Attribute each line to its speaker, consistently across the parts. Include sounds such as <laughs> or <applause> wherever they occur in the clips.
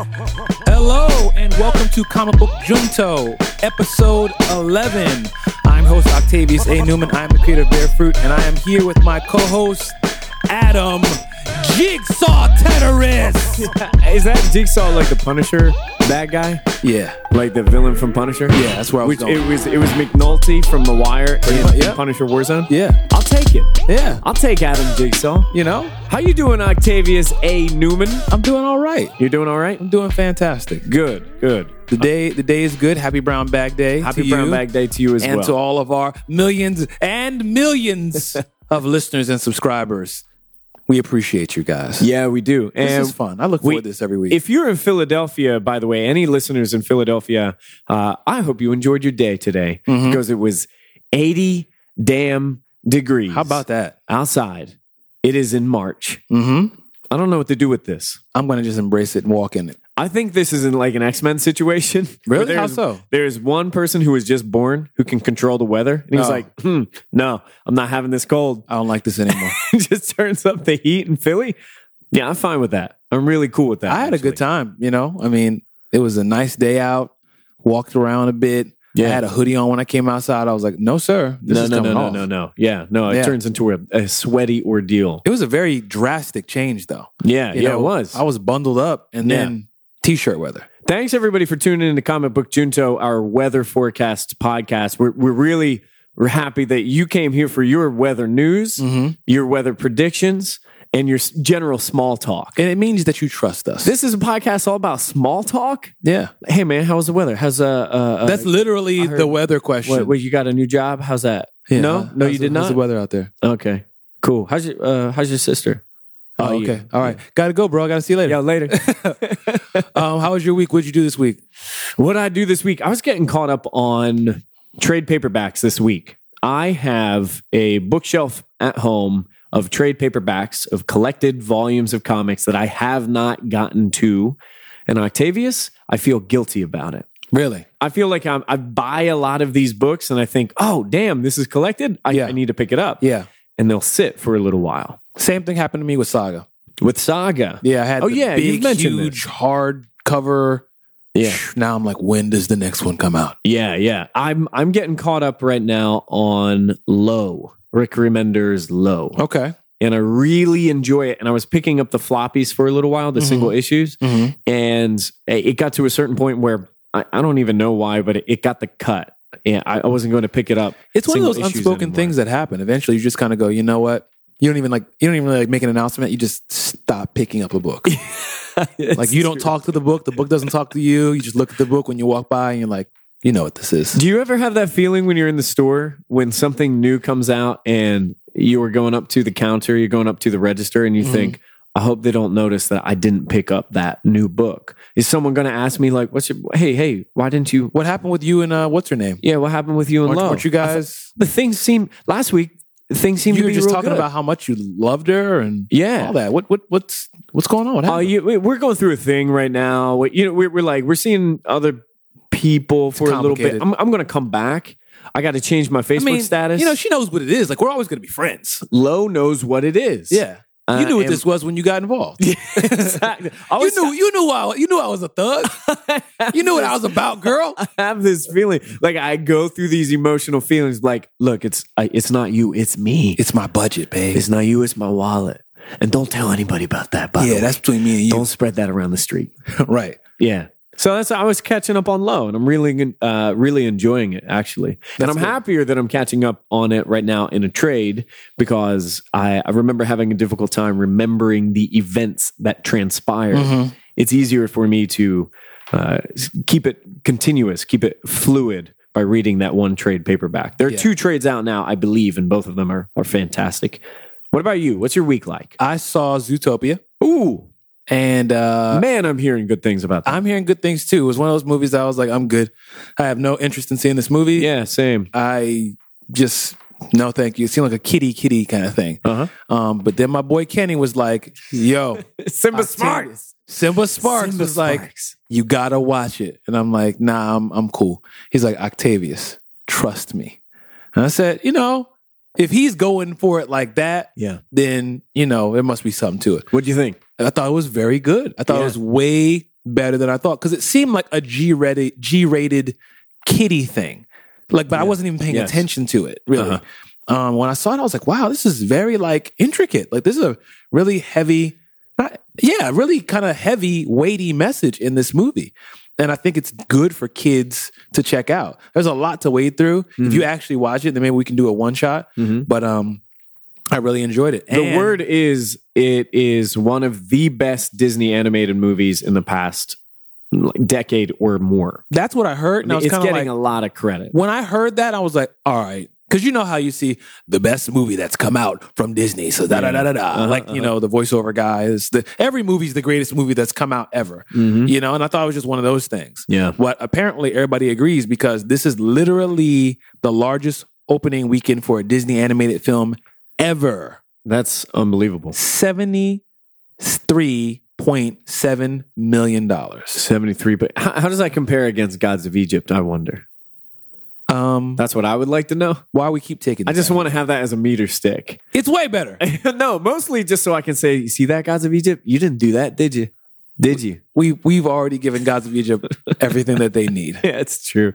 Speaker 1: Hello and welcome to Comic Book Junto, episode 11. I'm host Octavius A. Newman. I'm the creator of Bear Fruit, and I am here with my co-host Adam Jigsaw Tenorist.
Speaker 2: Is that Jigsaw like the Punisher bad guy?
Speaker 1: yeah,
Speaker 2: Like the villain from Punisher?
Speaker 1: Yeah, that's where I was
Speaker 2: Which
Speaker 1: going.
Speaker 2: It was it was McNulty from The Wire in,
Speaker 1: much,
Speaker 2: in
Speaker 1: yeah.
Speaker 2: Punisher Warzone.
Speaker 1: yeah,
Speaker 2: I'll take it.
Speaker 1: yeah.
Speaker 2: I'll take Adam Jigsaw.
Speaker 1: You know,
Speaker 2: How you doing, Octavius A. Newman?
Speaker 1: I'm doing all right.
Speaker 2: You doing all right?
Speaker 1: I'm doing fantastic.
Speaker 2: Good, good.
Speaker 1: The day, the day is good. Happy Brown Bag Day.
Speaker 2: Happy
Speaker 1: to
Speaker 2: Brown
Speaker 1: you.
Speaker 2: Bag Day to you as
Speaker 1: and
Speaker 2: well.
Speaker 1: to all of our millions and <laughs> millions of listeners and subscribers. We appreciate you guys.
Speaker 2: yeah, we do.
Speaker 1: this
Speaker 2: And
Speaker 1: is fun. I look
Speaker 2: we-
Speaker 1: forward to this every week.
Speaker 2: If you're in Philadelphia, by the way, any listeners in Philadelphia, uh, I hope you enjoyed your day today
Speaker 1: Mhm.
Speaker 2: because it was 80 damn degrees.
Speaker 1: How about that?
Speaker 2: outside. It is in March.
Speaker 1: Mm-hmm.
Speaker 2: I don't know what to do with this.
Speaker 1: I'm gonna just embrace it and walk in it.
Speaker 2: I think this is in like an X Men situation. <laughs> where
Speaker 1: Really? How
Speaker 2: there's-
Speaker 1: so?
Speaker 2: There's one person who was just born who can control the weather, and he's
Speaker 1: Oh.
Speaker 2: like, "Hmm, no, I'm not having this cold." <laughs>
Speaker 1: I don't like this anymore.
Speaker 2: just turns up the heat in Philly. Yeah, I'm fine with that. I'm really cool with that.
Speaker 1: I had a good
Speaker 2: actually.
Speaker 1: time. You know, I mean, it was a nice day out. Walked around a bit.
Speaker 2: Yeah.
Speaker 1: I had a hoodie on when I came outside. I was like, no, sir, this
Speaker 2: No,
Speaker 1: is
Speaker 2: no, no,
Speaker 1: coming
Speaker 2: no,
Speaker 1: off.
Speaker 2: no, no. Yeah, no. It
Speaker 1: Yeah.
Speaker 2: turns into a, a sweaty ordeal.
Speaker 1: It was a very drastic change, though.
Speaker 2: Yeah,
Speaker 1: You
Speaker 2: yeah,
Speaker 1: know,
Speaker 2: it was.
Speaker 1: I was bundled up and
Speaker 2: Yeah.
Speaker 1: then t-shirt weather.
Speaker 2: Thanks everybody for tuning in to Comic Book Junto, our weather forecast podcast. We're we're really we're happy that you came here for your weather news,
Speaker 1: Mhm.
Speaker 2: your weather predictions, and your s- general small talk.
Speaker 1: And it means that you trust us.
Speaker 2: This is a podcast all about small talk.
Speaker 1: yeah.
Speaker 2: Hey man, how's the weather? How's uh, uh
Speaker 1: That's
Speaker 2: uh,
Speaker 1: literally
Speaker 2: heard-
Speaker 1: the weather question.
Speaker 2: what, what you got a new job? How's that?
Speaker 1: Yeah,
Speaker 2: no,
Speaker 1: huh?
Speaker 2: no,
Speaker 1: How's
Speaker 2: you
Speaker 1: the-
Speaker 2: did
Speaker 1: how's
Speaker 2: not.
Speaker 1: the weather out there?
Speaker 2: Okay, cool. How's your uh, how's your sister?
Speaker 1: Oh,
Speaker 2: How are you?
Speaker 1: okay. All right. Gotta go, bro. I gotta see you later.
Speaker 2: Yeah, later.
Speaker 1: <laughs> Um, how was your week? What'd you do this week?
Speaker 2: What I do this week, I was getting caught up on trade paperbacks this week. I have a bookshelf at home of trade paperbacks of collected volumes of comics that I have not gotten to. And Octavius, I feel guilty about it.
Speaker 1: Really?
Speaker 2: I feel like I'm, I buy a lot of these books and I think, oh, damn, this is collected. I,
Speaker 1: Yeah.
Speaker 2: I need to pick it up.
Speaker 1: Yeah.
Speaker 2: And they'll sit for a little while.
Speaker 1: Same thing happened to me with Saga.
Speaker 2: With Saga,
Speaker 1: Yeah, I had
Speaker 2: Oh,
Speaker 1: the
Speaker 2: yeah, you've
Speaker 1: big,
Speaker 2: mentioned
Speaker 1: huge,
Speaker 2: this.
Speaker 1: hard cover.
Speaker 2: Yeah.
Speaker 1: Now I'm like, when does the next one come out?
Speaker 2: Yeah, yeah. I'm I'm getting caught up right now on Low. Rick Remender's Low.
Speaker 1: Okay.
Speaker 2: And I really enjoy it. And I was picking up the floppies for a little while, the
Speaker 1: Mhm.
Speaker 2: single issues.
Speaker 1: Mm-hmm.
Speaker 2: And it got to a certain point where I, I don't even know why, but it, it got the cut. And I, I wasn't going to pick it up.
Speaker 1: It's one of
Speaker 2: Single
Speaker 1: those
Speaker 2: issues
Speaker 1: unspoken
Speaker 2: anymore.
Speaker 1: things that happen. Eventually, you just kind of go, you know what? You don't even like. You don't even really like make an announcement. You just stop picking up a <laughs> book. like you don't talk to the book. The book doesn't talk to you. You just look at the book when you walk by, and you're like, you know what this is.
Speaker 2: Do you ever have that feeling when you're in the store when something new comes out and you are going up to the counter, you're going up to the register, and you
Speaker 1: Mhm.
Speaker 2: think, I hope they don't notice that I didn't pick up that new book. Is someone going to ask me like, "What's your? Hey, hey, why didn't you?
Speaker 1: What happened with you and uh, what's her name?
Speaker 2: Yeah, what happened with you and
Speaker 1: Aren't,
Speaker 2: Lowe?
Speaker 1: weren't you guys?
Speaker 2: The things seem last week. Things seem
Speaker 1: You
Speaker 2: to
Speaker 1: were
Speaker 2: be
Speaker 1: just
Speaker 2: real
Speaker 1: talking
Speaker 2: good.
Speaker 1: about how much you loved her and
Speaker 2: Yeah.
Speaker 1: all that. What what what's what's going on? What
Speaker 2: Oh,
Speaker 1: happened?
Speaker 2: you, we- we're going through a thing right now. We- You know, we're, we're like we're seeing other people for a little bit.
Speaker 1: complicated.
Speaker 2: I'm, I'm going to come back. I got to change my Facebook
Speaker 1: I mean,
Speaker 2: status.
Speaker 1: You know, she knows what it is. Like we're always going to be friends.
Speaker 2: Lowe knows what it is.
Speaker 1: Yeah.
Speaker 2: Uh,
Speaker 1: you knew what
Speaker 2: and-
Speaker 1: this was when you got involved.
Speaker 2: <laughs> exactly.
Speaker 1: You
Speaker 2: I always
Speaker 1: knew you knew I you knew I was a thug. you knew what I was about, girl.
Speaker 2: have this feeling like I go through these emotional feelings. Like, look, it's I, it's not you, it's me.
Speaker 1: <laughs> It's my budget, babe.
Speaker 2: It's not you, it's my wallet. And don't tell anybody about that. By the
Speaker 1: yeah,
Speaker 2: way.
Speaker 1: that's between me and you.
Speaker 2: don't spread that around the street.
Speaker 1: <laughs> right.
Speaker 2: Yeah. So that's I was catching up on low, and I'm really uh, really enjoying it actually. and
Speaker 1: That's
Speaker 2: I'm
Speaker 1: good.
Speaker 2: happier that I'm catching up on it right now in a trade because I, I remember having a difficult time remembering the events that transpired.
Speaker 1: Mm-hmm.
Speaker 2: it's easier for me to uh, s- keep it continuous, keep it fluid by reading that one trade paperback. There are
Speaker 1: Yeah.
Speaker 2: two trades out now, I believe, and both of them are, are fantastic. What about you? What's your week like?
Speaker 1: I saw Zootopia,
Speaker 2: Ooh,
Speaker 1: and uh,
Speaker 2: man, I'm hearing good things about that.
Speaker 1: I'm hearing good things too. It was one of those movies that I was like, I'm good. I have no interest in seeing this movie.
Speaker 2: yeah, same.
Speaker 1: I just no, thank you. It seemed like a kitty kitty kind of thing.
Speaker 2: Uh huh.
Speaker 1: Um, but then my boy Kenny was like, "Yo,
Speaker 2: Simba
Speaker 1: Smarks. Simba Sparks
Speaker 2: Simba
Speaker 1: was like,
Speaker 2: Sparks.
Speaker 1: you gotta watch it," and I'm like, "Nah, I'm I'm cool." He's like, "Octavius, trust me," and I said, "You know, if he's going for it like that,
Speaker 2: Yeah.
Speaker 1: then you know there must be something to it."
Speaker 2: What do you think?
Speaker 1: I thought it was very good. I thought
Speaker 2: Yeah.
Speaker 1: it was way better than I thought because it seemed like a G rated G rated kitty thing. Like, but I
Speaker 2: Yeah.
Speaker 1: wasn't even paying
Speaker 2: Yes.
Speaker 1: attention to it really.
Speaker 2: Uh-huh.
Speaker 1: Um, when I saw it, I was like, wow, this is very like intricate. Like, this is a really heavy, not, yeah, really kind of heavy, weighty message in this movie. And I think it's good for kids to check out. There's a lot to wade through. If
Speaker 2: Mm-hmm.
Speaker 1: you actually watch it, then maybe we can do a one shot.
Speaker 2: Mhm.
Speaker 1: But um, I really enjoyed it.
Speaker 2: The
Speaker 1: And-
Speaker 2: word is it is one of the best Disney animated movies in the past like, decade or more.
Speaker 1: that's what I heard. And I was
Speaker 2: it's
Speaker 1: kind of
Speaker 2: getting
Speaker 1: like,
Speaker 2: a lot of credit.
Speaker 1: when I heard that, I was like, all right. Because you know how you see the best movie that's come out from Disney. So da da da da da.
Speaker 2: Uh-huh,
Speaker 1: like, you know, the voiceover guy is the every movie's the greatest movie that's come out ever.
Speaker 2: Mhm.
Speaker 1: You know, and I thought it was just one of those things.
Speaker 2: Yeah.
Speaker 1: What apparently everybody agrees because this is literally the largest opening weekend for a Disney animated film ever.
Speaker 2: That's unbelievable.
Speaker 1: Seventy three point seven million dollars.
Speaker 2: 73 but how, how does that compare against Gods of Egypt, I wonder.
Speaker 1: Um
Speaker 2: That's what I would like to know.
Speaker 1: why we keep taking
Speaker 2: Uh, I
Speaker 1: this
Speaker 2: just
Speaker 1: out?
Speaker 2: want to have that as a meter stick.
Speaker 1: it's way better.
Speaker 2: <laughs> no, mostly just so I can say, you see that Gods of Egypt? You didn't do that, did you? Did you?
Speaker 1: we we've already given gods of <laughs> Egypt everything that they need.
Speaker 2: <laughs> Yeah, it's true.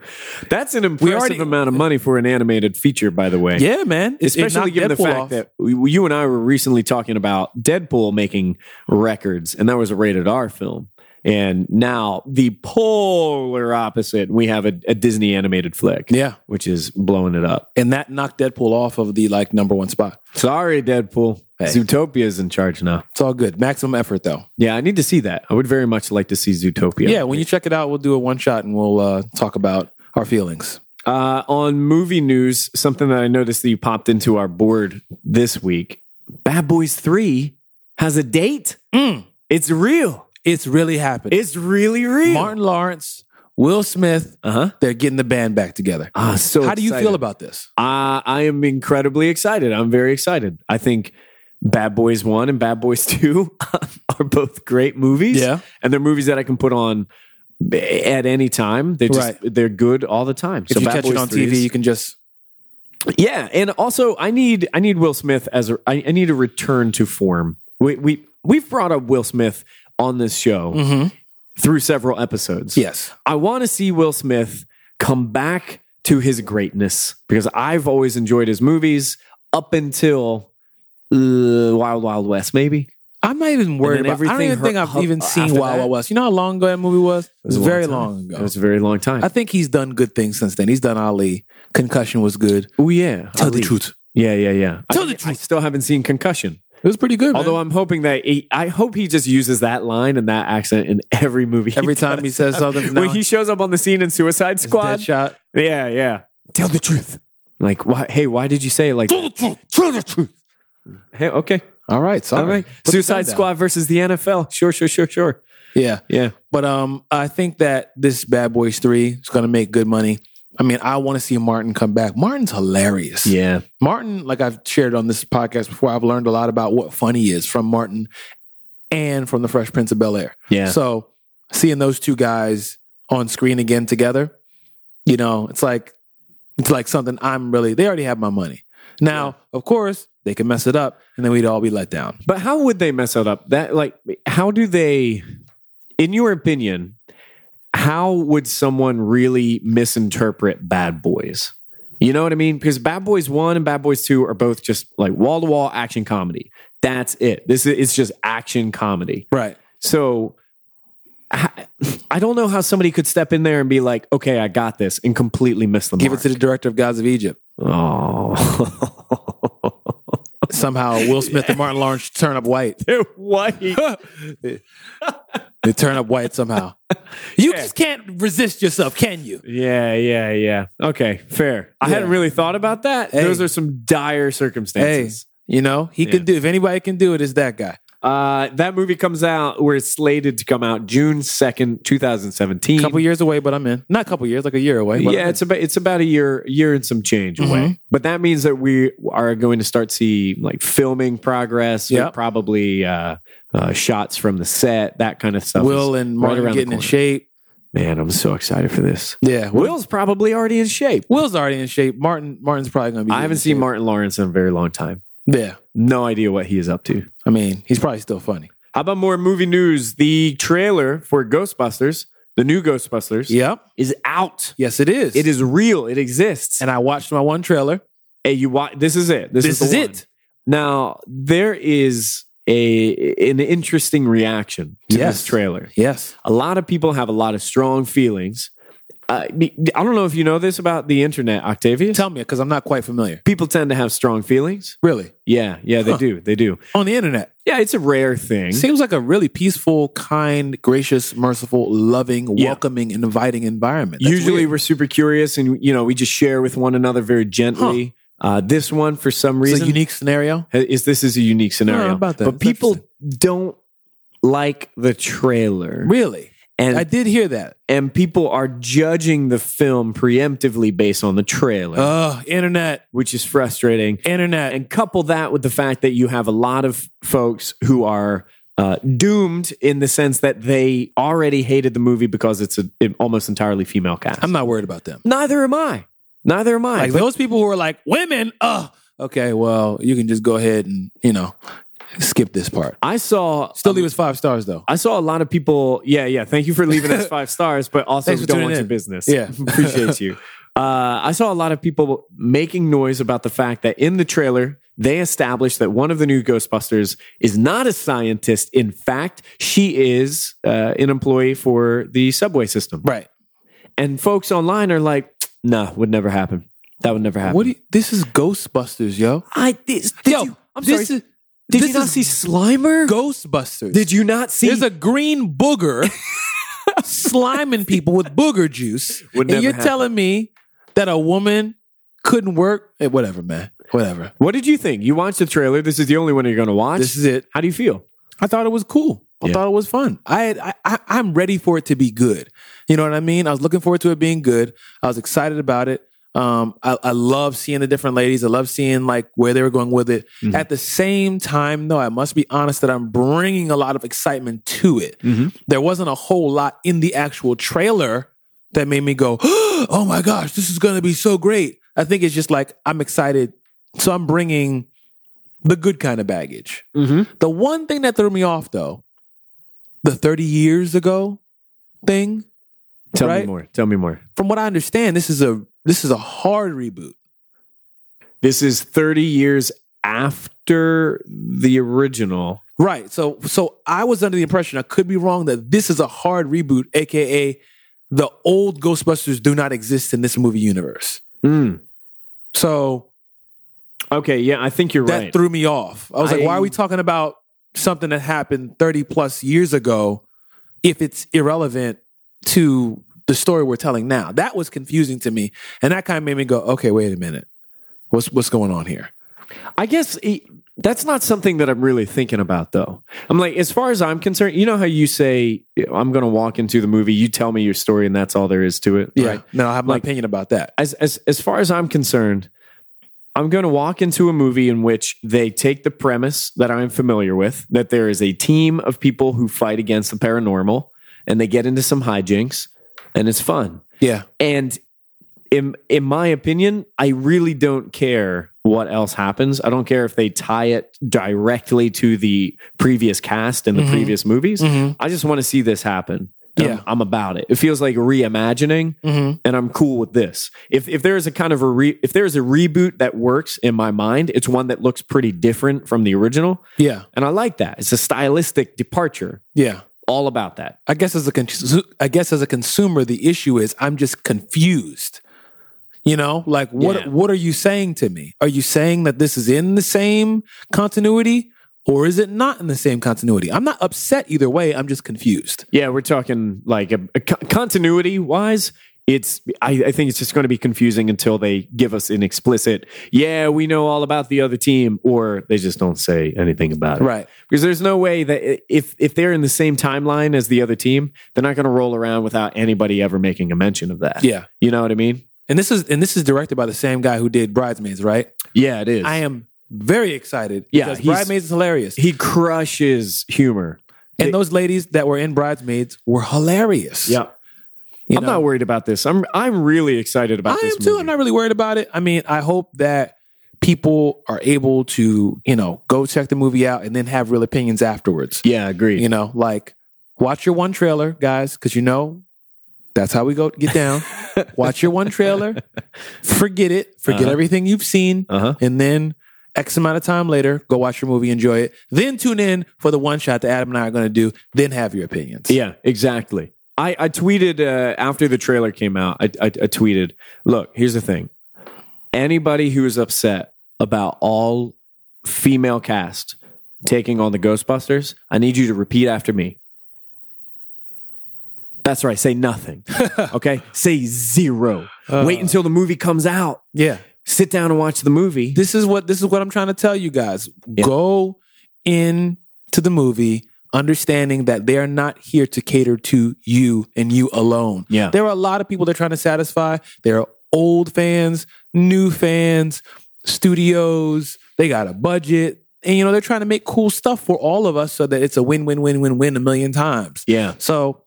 Speaker 2: That's an impressive
Speaker 1: already-
Speaker 2: amount of money for an animated feature, by the way.
Speaker 1: Yeah, man. It- it
Speaker 2: Especially
Speaker 1: knocked
Speaker 2: given the
Speaker 1: Deadpool
Speaker 2: fact
Speaker 1: off.
Speaker 2: that we, you and I were recently talking about Deadpool making records, and that was a rated R film. And now the polar opposite, we have a, a Disney animated flick,
Speaker 1: yeah,
Speaker 2: which is blowing it up.
Speaker 1: and that knocked Deadpool off of the like number one spot.
Speaker 2: Sorry, Deadpool.
Speaker 1: Hey.
Speaker 2: Zootopia is in charge now.
Speaker 1: It's all good. Maximum effort though.
Speaker 2: Yeah, I need to see that. I would very much like to see Zootopia.
Speaker 1: Yeah, when you check it out, we'll do a one shot and we'll uh, talk about our feelings.
Speaker 2: Uh, on movie news, something that I noticed that you popped into our board this week Bad Boys 3 has a date. It's real.
Speaker 1: Mm. It's really happening.
Speaker 2: It's really real.
Speaker 1: Martin Lawrence, Will Smith,
Speaker 2: Uh huh.
Speaker 1: they're getting the band back together.
Speaker 2: Ah, so
Speaker 1: How do you
Speaker 2: excited.
Speaker 1: feel about this?
Speaker 2: Uh, I am incredibly excited. I'm very excited. I think Bad Boys 1 and Bad Boys 2 <laughs> are both great movies.
Speaker 1: Yeah.
Speaker 2: And they're movies that I can put on at any time. They're just,
Speaker 1: Right.
Speaker 2: they're good all the time.
Speaker 1: If you
Speaker 2: Bad
Speaker 1: catch
Speaker 2: Boys
Speaker 1: it on
Speaker 2: 3
Speaker 1: TV,
Speaker 2: is-
Speaker 1: you can just
Speaker 2: Yeah, and also I need I need Will Smith as a I, I need a return to form. We we we've brought up Will Smith on this show
Speaker 1: Mm. Mm-hmm.
Speaker 2: through several episodes.
Speaker 1: yes,
Speaker 2: I want to see Will Smith come back to his greatness because I've always enjoyed his movies up until uh, Wild Wild West, maybe.
Speaker 1: I'm not even worried
Speaker 2: then
Speaker 1: about. I don't
Speaker 2: everything
Speaker 1: even think I've
Speaker 2: hu-
Speaker 1: even
Speaker 2: after
Speaker 1: seen Wild
Speaker 2: that-
Speaker 1: Wild West. You know how long ago that movie was? It was,
Speaker 2: a
Speaker 1: very
Speaker 2: time.
Speaker 1: long ago.
Speaker 2: It was a very long time.
Speaker 1: I think he's done good things since then. He's done Ali. Concussion was good.
Speaker 2: oh yeah, Ali.
Speaker 1: truth.
Speaker 2: Yeah, yeah, yeah.
Speaker 1: Tell
Speaker 2: I,
Speaker 1: the
Speaker 2: I
Speaker 1: truth.
Speaker 2: still haven't seen Concussion.
Speaker 1: It was pretty good. man.
Speaker 2: Although I'm hoping that he, I hope he just uses that line and that accent in every movie.
Speaker 1: <laughs> every time he
Speaker 2: does.
Speaker 1: says something, from
Speaker 2: when
Speaker 1: now
Speaker 2: he shows up on the scene in Suicide
Speaker 1: on,
Speaker 2: Squad,
Speaker 1: it's Deadshot.
Speaker 2: yeah, yeah, tell the truth. Like, why? Hey, why did you say it like? Tell the truth. Tell the truth. Hey, okay,
Speaker 1: All right, sorry.
Speaker 2: all right.
Speaker 1: Put the phone
Speaker 2: Suicide
Speaker 1: down.
Speaker 2: Squad versus the NFL. Sure, sure, sure, sure.
Speaker 1: Yeah,
Speaker 2: Yeah,
Speaker 1: but um, I think that this Bad Boys Three is going to make good money. I mean, I want to see Martin come back. Martin's hilarious.
Speaker 2: yeah.
Speaker 1: Martin, like I've shared on this podcast before, I've learned a lot about what funny is from Martin and from the Fresh Prince of Bel Air.
Speaker 2: Yeah.
Speaker 1: So seeing those two guys on screen again together, you know, it's like it's like something I'm really they already have my money. Now, of course, they can mess it up and then we'd all be let down.
Speaker 2: But how would they mess it up? That like, how do they? In your opinion, how would someone really misinterpret Bad Boys? You know what I mean? Because Bad Boys One and Bad Boys Two are both just like wall to wall action comedy. That's it. This is it's just action comedy.
Speaker 1: Right.
Speaker 2: So I I don't know how somebody could step in there and be like, okay, I got this and completely miss the
Speaker 1: Give
Speaker 2: mark.
Speaker 1: it to the director of Gods of Egypt. <laughs>
Speaker 2: Oh.
Speaker 1: Somehow
Speaker 2: <laughs>
Speaker 1: Will Smith and Martin Lawrence turn up white.
Speaker 2: They're white. <laughs>
Speaker 1: They turn up white somehow. You just can't resist yourself, can you?
Speaker 2: yeah, yeah, yeah. Okay, fair. I
Speaker 1: Yeah.
Speaker 2: hadn't really thought about that.
Speaker 1: Hey.
Speaker 2: Those are some dire
Speaker 1: Hey,
Speaker 2: circumstances.
Speaker 1: you know, he
Speaker 2: Yeah.
Speaker 1: can do if anybody can do it, it's that guy.
Speaker 2: Uh, that movie comes out where it's slated to come out June 2nd, 2017.
Speaker 1: A couple years away, but I'm in. Not a couple years, like a year away. Mm-hmm. But
Speaker 2: yeah,
Speaker 1: I'm in.
Speaker 2: it's about it's about a year year and some change away. But that means that we are going to start see like filming progress,
Speaker 1: Yep.
Speaker 2: probably uh, uh, shots from the set, that kind of stuff.
Speaker 1: Will
Speaker 2: is
Speaker 1: and
Speaker 2: right
Speaker 1: Martin
Speaker 2: around the
Speaker 1: getting in
Speaker 2: corner.
Speaker 1: shape.
Speaker 2: Man, I'm so excited for this.
Speaker 1: Yeah, Will,
Speaker 2: Will's probably already in shape.
Speaker 1: Will's already in shape. Martin Martin's probably gonna be.
Speaker 2: I
Speaker 1: in
Speaker 2: haven't seen
Speaker 1: shape.
Speaker 2: Martin Lawrence in a very long time.
Speaker 1: Yeah,
Speaker 2: No idea what he is up to.
Speaker 1: I mean he's probably still funny.
Speaker 2: How about more movie news? The trailer for Ghostbusters, the new Ghostbusters,
Speaker 1: Yep.
Speaker 2: is out.
Speaker 1: Yes, it is.
Speaker 2: It is real. It exists.
Speaker 1: And I watched my one trailer.
Speaker 2: Hey, you watch. This is it. This,
Speaker 1: This
Speaker 2: is, the
Speaker 1: is
Speaker 2: one.
Speaker 1: it.
Speaker 2: Now there is a an interesting reaction to
Speaker 1: Yes.
Speaker 2: this trailer.
Speaker 1: Yes.
Speaker 2: A lot of people have a lot of strong feelings. Uh, I don't know if you know this about the internet, Octavius.
Speaker 1: Tell me, because I'm not quite familiar.
Speaker 2: people tend to have strong feelings.
Speaker 1: Really.
Speaker 2: Yeah, yeah, they
Speaker 1: Huh.
Speaker 2: do. They do.
Speaker 1: On the internet.
Speaker 2: Yeah, it's a rare thing.
Speaker 1: Seems like a really peaceful, kind, gracious, merciful, loving,
Speaker 2: Yeah.
Speaker 1: welcoming, inviting environment. That's
Speaker 2: Usually
Speaker 1: weird.
Speaker 2: we're super curious and you know, we just share with one another very gently. Uh, this one for some
Speaker 1: it's
Speaker 2: reason
Speaker 1: a unique scenario.
Speaker 2: is this is a unique scenario.
Speaker 1: about that.
Speaker 2: But
Speaker 1: It's
Speaker 2: people don't like the trailer.
Speaker 1: Really.
Speaker 2: And
Speaker 1: I did hear that.
Speaker 2: and people are judging the film preemptively based on the trailer,
Speaker 1: Ugh, internet,
Speaker 2: which is frustrating.
Speaker 1: internet.
Speaker 2: And couple that with the fact that you have a lot of folks who are uh, doomed in the sense that they already hated the movie because it's a, an almost entirely female cast.
Speaker 1: I'm not worried about them.
Speaker 2: Neither am I. Neither am I.
Speaker 1: Like
Speaker 2: But
Speaker 1: those people who are like women. Ugh. Okay, well, you can just go ahead and you know skip this part.
Speaker 2: I saw
Speaker 1: Still leave us five stars though.
Speaker 2: I saw a lot of people. Yeah, yeah. Thank you for
Speaker 1: <laughs>
Speaker 2: leaving us five stars, but also
Speaker 1: Thanks
Speaker 2: we
Speaker 1: for
Speaker 2: don't
Speaker 1: tuning
Speaker 2: want
Speaker 1: in.
Speaker 2: your business.
Speaker 1: Yeah.
Speaker 2: <laughs> appreciate you. Uh, I saw a lot of people making noise about the fact that in the trailer they established that one of the new Ghostbusters is not a scientist. In fact, she is uh, an employee for the subway system.
Speaker 1: Right.
Speaker 2: And folks online are like, "Nah, would never happen. That would never happen."
Speaker 1: What? Do you, this is Ghostbusters, yo.
Speaker 2: I this, did
Speaker 1: Yo,
Speaker 2: you, I'm
Speaker 1: this
Speaker 2: sorry.
Speaker 1: is-
Speaker 2: did
Speaker 1: this
Speaker 2: you not
Speaker 1: is
Speaker 2: see Slimer?
Speaker 1: Ghostbusters.
Speaker 2: did you not see?
Speaker 1: There's a green
Speaker 2: <laughs>
Speaker 1: booger sliming people with booger juice,
Speaker 2: <laughs> Would never
Speaker 1: and you're
Speaker 2: happen.
Speaker 1: telling me that a woman couldn't work? Eh, whatever, man. Whatever.
Speaker 2: what did you think? You watched the trailer. This is the only one you're going to watch.
Speaker 1: This is it.
Speaker 2: How do you feel?
Speaker 1: I thought it was cool. I
Speaker 2: Yeah.
Speaker 1: thought it was fun. I, had, I, I I'm ready for it to be good. You know what I mean? I was looking forward to it being good. I was excited about it. Um, I, I love seeing the different ladies. I love seeing like where they were going with it.
Speaker 2: Mhm.
Speaker 1: At the same time, though, I must be honest that I'm bringing a lot of excitement to it.
Speaker 2: Mhm.
Speaker 1: There wasn't a whole lot in the actual trailer that made me go, <gasps> "Oh my gosh, this is going to be so great." I think it's just like I'm excited, so I'm bringing the good kind of baggage.
Speaker 2: Mm-hmm.
Speaker 1: The one thing that threw me off though, the 30 years ago thing,
Speaker 2: Tell me
Speaker 1: Right?
Speaker 2: more. Tell me more.
Speaker 1: from what I understand, this is a this is a hard reboot.
Speaker 2: This is 30 years after the original.
Speaker 1: Right. So so I was under the impression, I could be wrong, that this is a hard reboot, aka the old Ghostbusters do not exist in this movie universe.
Speaker 2: Mm.
Speaker 1: So
Speaker 2: Okay, yeah, I think you're
Speaker 1: that
Speaker 2: right.
Speaker 1: threw me off. I was like, why
Speaker 2: I-
Speaker 1: are we talking about something that happened 30 plus years ago if it's irrelevant to the story we're telling now? That was confusing to me. And that kind of made me go, okay, wait a minute. What's what's going on here?
Speaker 2: I guess it, that's not something that I'm really thinking about, though. I'm like, as far as I'm concerned, you know how you say, I'm going to walk into the movie, you tell me your story, and that's all there is to it. right?
Speaker 1: No, I have my
Speaker 2: Like-
Speaker 1: opinion about that.
Speaker 2: as as as far as I'm concerned, I'm going to walk into a movie in which they take the premise that I'm familiar with that there is a team of people who fight against the paranormal and they get into some hijinks and it's fun.
Speaker 1: Yeah.
Speaker 2: And in in my opinion, I really don't care what else happens. I don't care if they tie it directly to the previous cast and the
Speaker 1: Mhm.
Speaker 2: previous movies.
Speaker 1: Mm-hmm.
Speaker 2: I just want to see this happen. And I'm-
Speaker 1: Yeah.
Speaker 2: I'm about it. It feels like reimagining
Speaker 1: Mm-hmm.
Speaker 2: and I'm cool with this. If if there is a kind of a re, if there is a reboot that works in my mind, it's one that looks pretty different from the original,
Speaker 1: Yeah.
Speaker 2: and I like that. It's a stylistic departure.
Speaker 1: Yeah.
Speaker 2: All about that.
Speaker 1: I guess as a cons- I guess as a consumer, the issue is I'm just confused. You know, like what
Speaker 2: Yeah.
Speaker 1: what are you saying to me? Are you saying that this is in the same continuity or is it not in the same continuity? I'm not upset either way. I'm just confused.
Speaker 2: Yeah, we're talking like a, a co- continuity wise. It's I, I think it's just going to be confusing until they give us an explicit. Yeah, we know all about the other team, or they just don't say anything about it.
Speaker 1: Right.
Speaker 2: Because there's no way that i- if if they're in the same timeline as the other team, they're not going to roll around without anybody ever making a mention of that.
Speaker 1: Yeah.
Speaker 2: You know what I mean?
Speaker 1: And this is and this is directed by the same guy who did Bridesmaids, right?
Speaker 2: Yeah, it is.
Speaker 1: I am very excited.
Speaker 2: Yeah,
Speaker 1: because
Speaker 2: he's-
Speaker 1: Bridesmaids is hilarious.
Speaker 2: he crushes humor.
Speaker 1: and those ladies that were in Bridesmaids were hilarious. You
Speaker 2: I'm
Speaker 1: know?
Speaker 2: not worried about this. I'm I'm really excited
Speaker 1: I
Speaker 2: about this.
Speaker 1: am too.
Speaker 2: movie.
Speaker 1: I'm not really worried about it. I mean, I hope that people are able to, you know, go check the movie out and then have real opinions afterwards.
Speaker 2: Yeah, agreed. <laughs>
Speaker 1: You know, like watch your one trailer, guys, because you know that's how we go get
Speaker 2: <laughs>
Speaker 1: down. watch your one trailer, forget it, forget
Speaker 2: Uh-huh.
Speaker 1: everything you've seen,
Speaker 2: Uh huh.
Speaker 1: and then X amount of time later, go watch your movie, enjoy it, then tune in for the one shot that Adam and I are going to do, then have your opinions.
Speaker 2: Yeah, exactly. I, I tweeted uh, after the trailer came out, I, I, I tweeted, look, here's the thing. Anybody who is upset about all female cast taking on the Ghostbusters, I need you to repeat after me. That's right. Say <laughs> nothing. Okay. say zero.
Speaker 1: Uh,
Speaker 2: Wait until the movie comes out.
Speaker 1: yeah.
Speaker 2: Sit down and watch the movie.
Speaker 1: This is what this is what I'm trying to tell you guys.
Speaker 2: Yeah.
Speaker 1: Go in to the movie understanding that they are not here to cater to you and you alone.
Speaker 2: Yeah.
Speaker 1: There are a lot of people they're trying to satisfy. There are old fans, new fans, studios. They got a budget. And, you know, they're trying to make cool stuff for all of us so that it's a win, win, win, win, win a million times.
Speaker 2: Yeah.
Speaker 1: So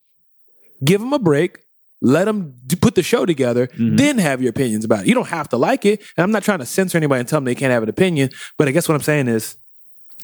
Speaker 1: give them a break. Let them put the show together,
Speaker 2: Mhm.
Speaker 1: then have your opinions about it. You don't have to like it. And I'm not trying to censor anybody and tell them they can't have an opinion. But I guess what I'm saying is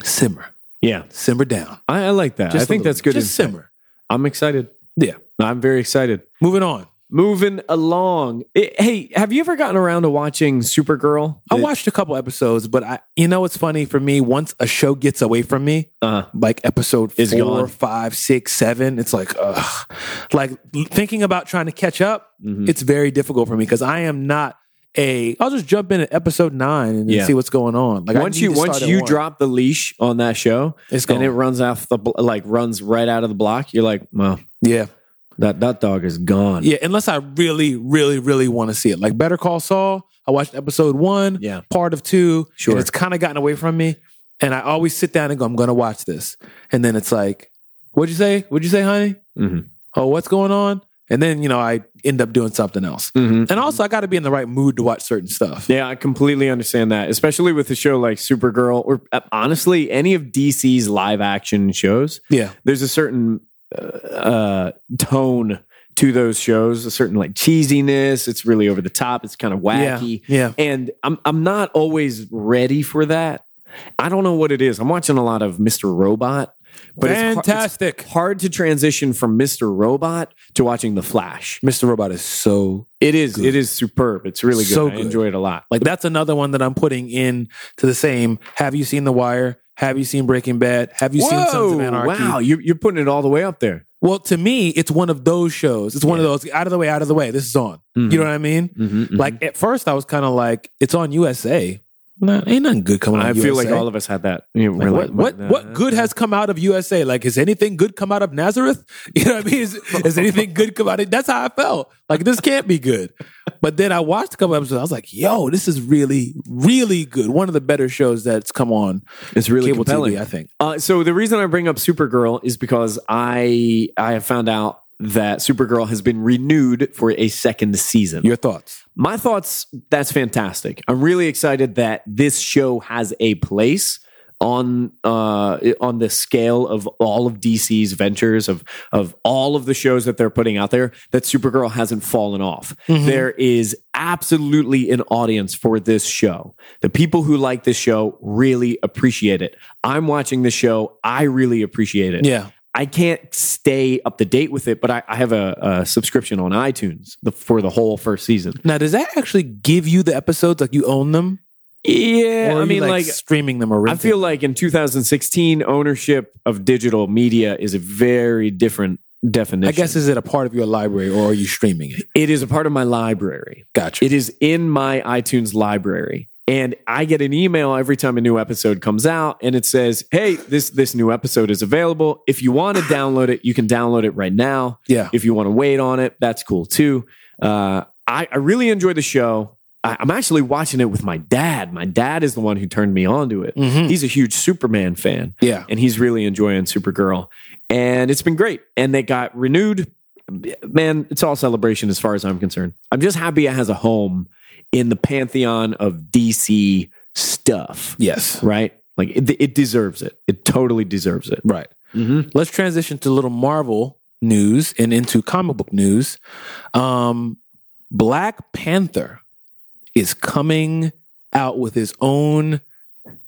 Speaker 1: simmer,
Speaker 2: Yeah.
Speaker 1: simmer down.
Speaker 2: I, I like that.
Speaker 1: Just
Speaker 2: I
Speaker 1: a
Speaker 2: think
Speaker 1: little
Speaker 2: that's good.
Speaker 1: bit. Just
Speaker 2: insight.
Speaker 1: simmer.
Speaker 2: I'm excited.
Speaker 1: Yeah.
Speaker 2: I'm very excited.
Speaker 1: Moving on.
Speaker 2: Moving along. Eh, hey, have you ever gotten around to watching Supergirl?
Speaker 1: I watched a couple episodes, but I, you know, what's funny for me. Once a show gets away from me,
Speaker 2: Uh,
Speaker 1: like episode
Speaker 2: It's
Speaker 1: four,
Speaker 2: gone.
Speaker 1: five, six, seven, it's like, ugh. Like thinking about trying to catch up,
Speaker 2: mhm.
Speaker 1: it's very difficult for me because I am not a. I'll just jump in at episode nine and then
Speaker 2: Yeah.
Speaker 1: see what's going on. Like I
Speaker 2: once
Speaker 1: need
Speaker 2: you
Speaker 1: to start
Speaker 2: once
Speaker 1: at
Speaker 2: you
Speaker 1: one.
Speaker 2: drop the leash on that show
Speaker 1: it's
Speaker 2: and
Speaker 1: gone.
Speaker 2: it runs off the bl- like runs right out of the block, you're like, well,
Speaker 1: yeah,
Speaker 2: that that dog is gone.
Speaker 1: yeah. Unless I really, really, really want to see it. Like Better Call Saul, I watched episode one,
Speaker 2: Yeah.
Speaker 1: part of two.
Speaker 2: Sure.
Speaker 1: and it's kind of gotten away from me, and I always sit down and go, "I'm going to watch this," and then it's like, "What'd you say? What'd you say, honey?
Speaker 2: Mhm.
Speaker 1: Oh, what's going on?" And then you know I end up doing something else.
Speaker 2: Mhm.
Speaker 1: And also, I got to be in the right mood to watch certain stuff.
Speaker 2: Yeah, I completely understand that, especially with a show like Supergirl or uh, honestly any of DC's live action shows.
Speaker 1: Yeah.
Speaker 2: There's a certain uh, uh, tone to those shows, a certain like cheesiness. It's really over the top. It's kind of
Speaker 1: Yeah.
Speaker 2: wacky.
Speaker 1: Yeah.
Speaker 2: and I'm I'm not always ready for that. I don't know what it is. I'm watching a lot of Mr. Robot, but it's har-
Speaker 1: Fantastic.
Speaker 2: It's hard to transition from Mr. Robot to watching The Flash.
Speaker 1: Mr. Robot is so
Speaker 2: It is
Speaker 1: Good.
Speaker 2: it is superb. It's really good.
Speaker 1: So
Speaker 2: I
Speaker 1: good.
Speaker 2: enjoy it a lot.
Speaker 1: Like that's another one that I'm putting in to the same. Have you seen The Wire? Have you seen Breaking Bad? Have you seen Sons of Anarchy?
Speaker 2: wow, you're you're putting it all the way up there.
Speaker 1: Well, to me, it's one of those shows. It's one of those out of the way, out of the way. This is on.
Speaker 2: Mm-hmm.
Speaker 1: You know what I mean? Like at first, I was kind of like, it's on USA. Nah, ain't nothing good coming. out
Speaker 2: I
Speaker 1: of
Speaker 2: feel
Speaker 1: USA.
Speaker 2: like all of us had that. You know,
Speaker 1: Like,
Speaker 2: we're
Speaker 1: what, what,
Speaker 2: nah.
Speaker 1: what good has come out of USA? Like, has anything good come out of Nazareth? <laughs> You know what I mean? Is, has anything good come out of That's how I felt. Like, this can't be good. But then I watched a couple episodes. I was like, yo, this is really, really good. One of the better shows that's come on
Speaker 2: It's really
Speaker 1: cable
Speaker 2: compelling.
Speaker 1: TV, I think.
Speaker 2: Uh, so the reason I bring up Supergirl is because I I have found out that Supergirl has been renewed for a second season.
Speaker 1: Your thoughts?
Speaker 2: My thoughts that's fantastic. I'm really excited that this show has a place on uh on the scale of all of DC's ventures of of all of the shows that they're putting out there that Supergirl hasn't fallen off.
Speaker 1: Mm-hmm.
Speaker 2: There is absolutely an audience for this show. The people who like this show really appreciate it. I'm watching the show, I really appreciate it.
Speaker 1: Yeah.
Speaker 2: I can't stay up to date with it, but I, I have a, a subscription on iTunes the, for the whole first season.
Speaker 1: Now, does that actually give you the episodes like you own them? Or
Speaker 2: Yeah,
Speaker 1: are
Speaker 2: I
Speaker 1: you,
Speaker 2: mean, like,
Speaker 1: streaming them or
Speaker 2: I
Speaker 1: renting?
Speaker 2: feel like in 2016, ownership of digital media is a very different definition.
Speaker 1: I guess is it a part of your library or are you streaming it?
Speaker 2: it is a part of my library.
Speaker 1: Gotcha.
Speaker 2: It is in my iTunes library. And I get an email every time a new episode comes out and it says, "Hey, this this new episode is available. If you want to download it, you can download it right now.
Speaker 1: yeah.
Speaker 2: If you want to wait on it, that's cool too." Uh, I, I really enjoy the show. I, I'm actually watching it with my dad. My dad is the one who turned me on to it.
Speaker 1: Mhm.
Speaker 2: He's a huge Superman fan
Speaker 1: Yeah.
Speaker 2: and he's really enjoying Supergirl. And it's been great. And they got renewed. Man, it's all celebration as far as I'm concerned. I'm just happy it has a home in the pantheon of DC stuff,
Speaker 1: Yes.
Speaker 2: right? Like it, it deserves it. It totally deserves it.
Speaker 1: Right. let's transition to a little Marvel news and into comic book news. Um, Black Panther is coming out with his own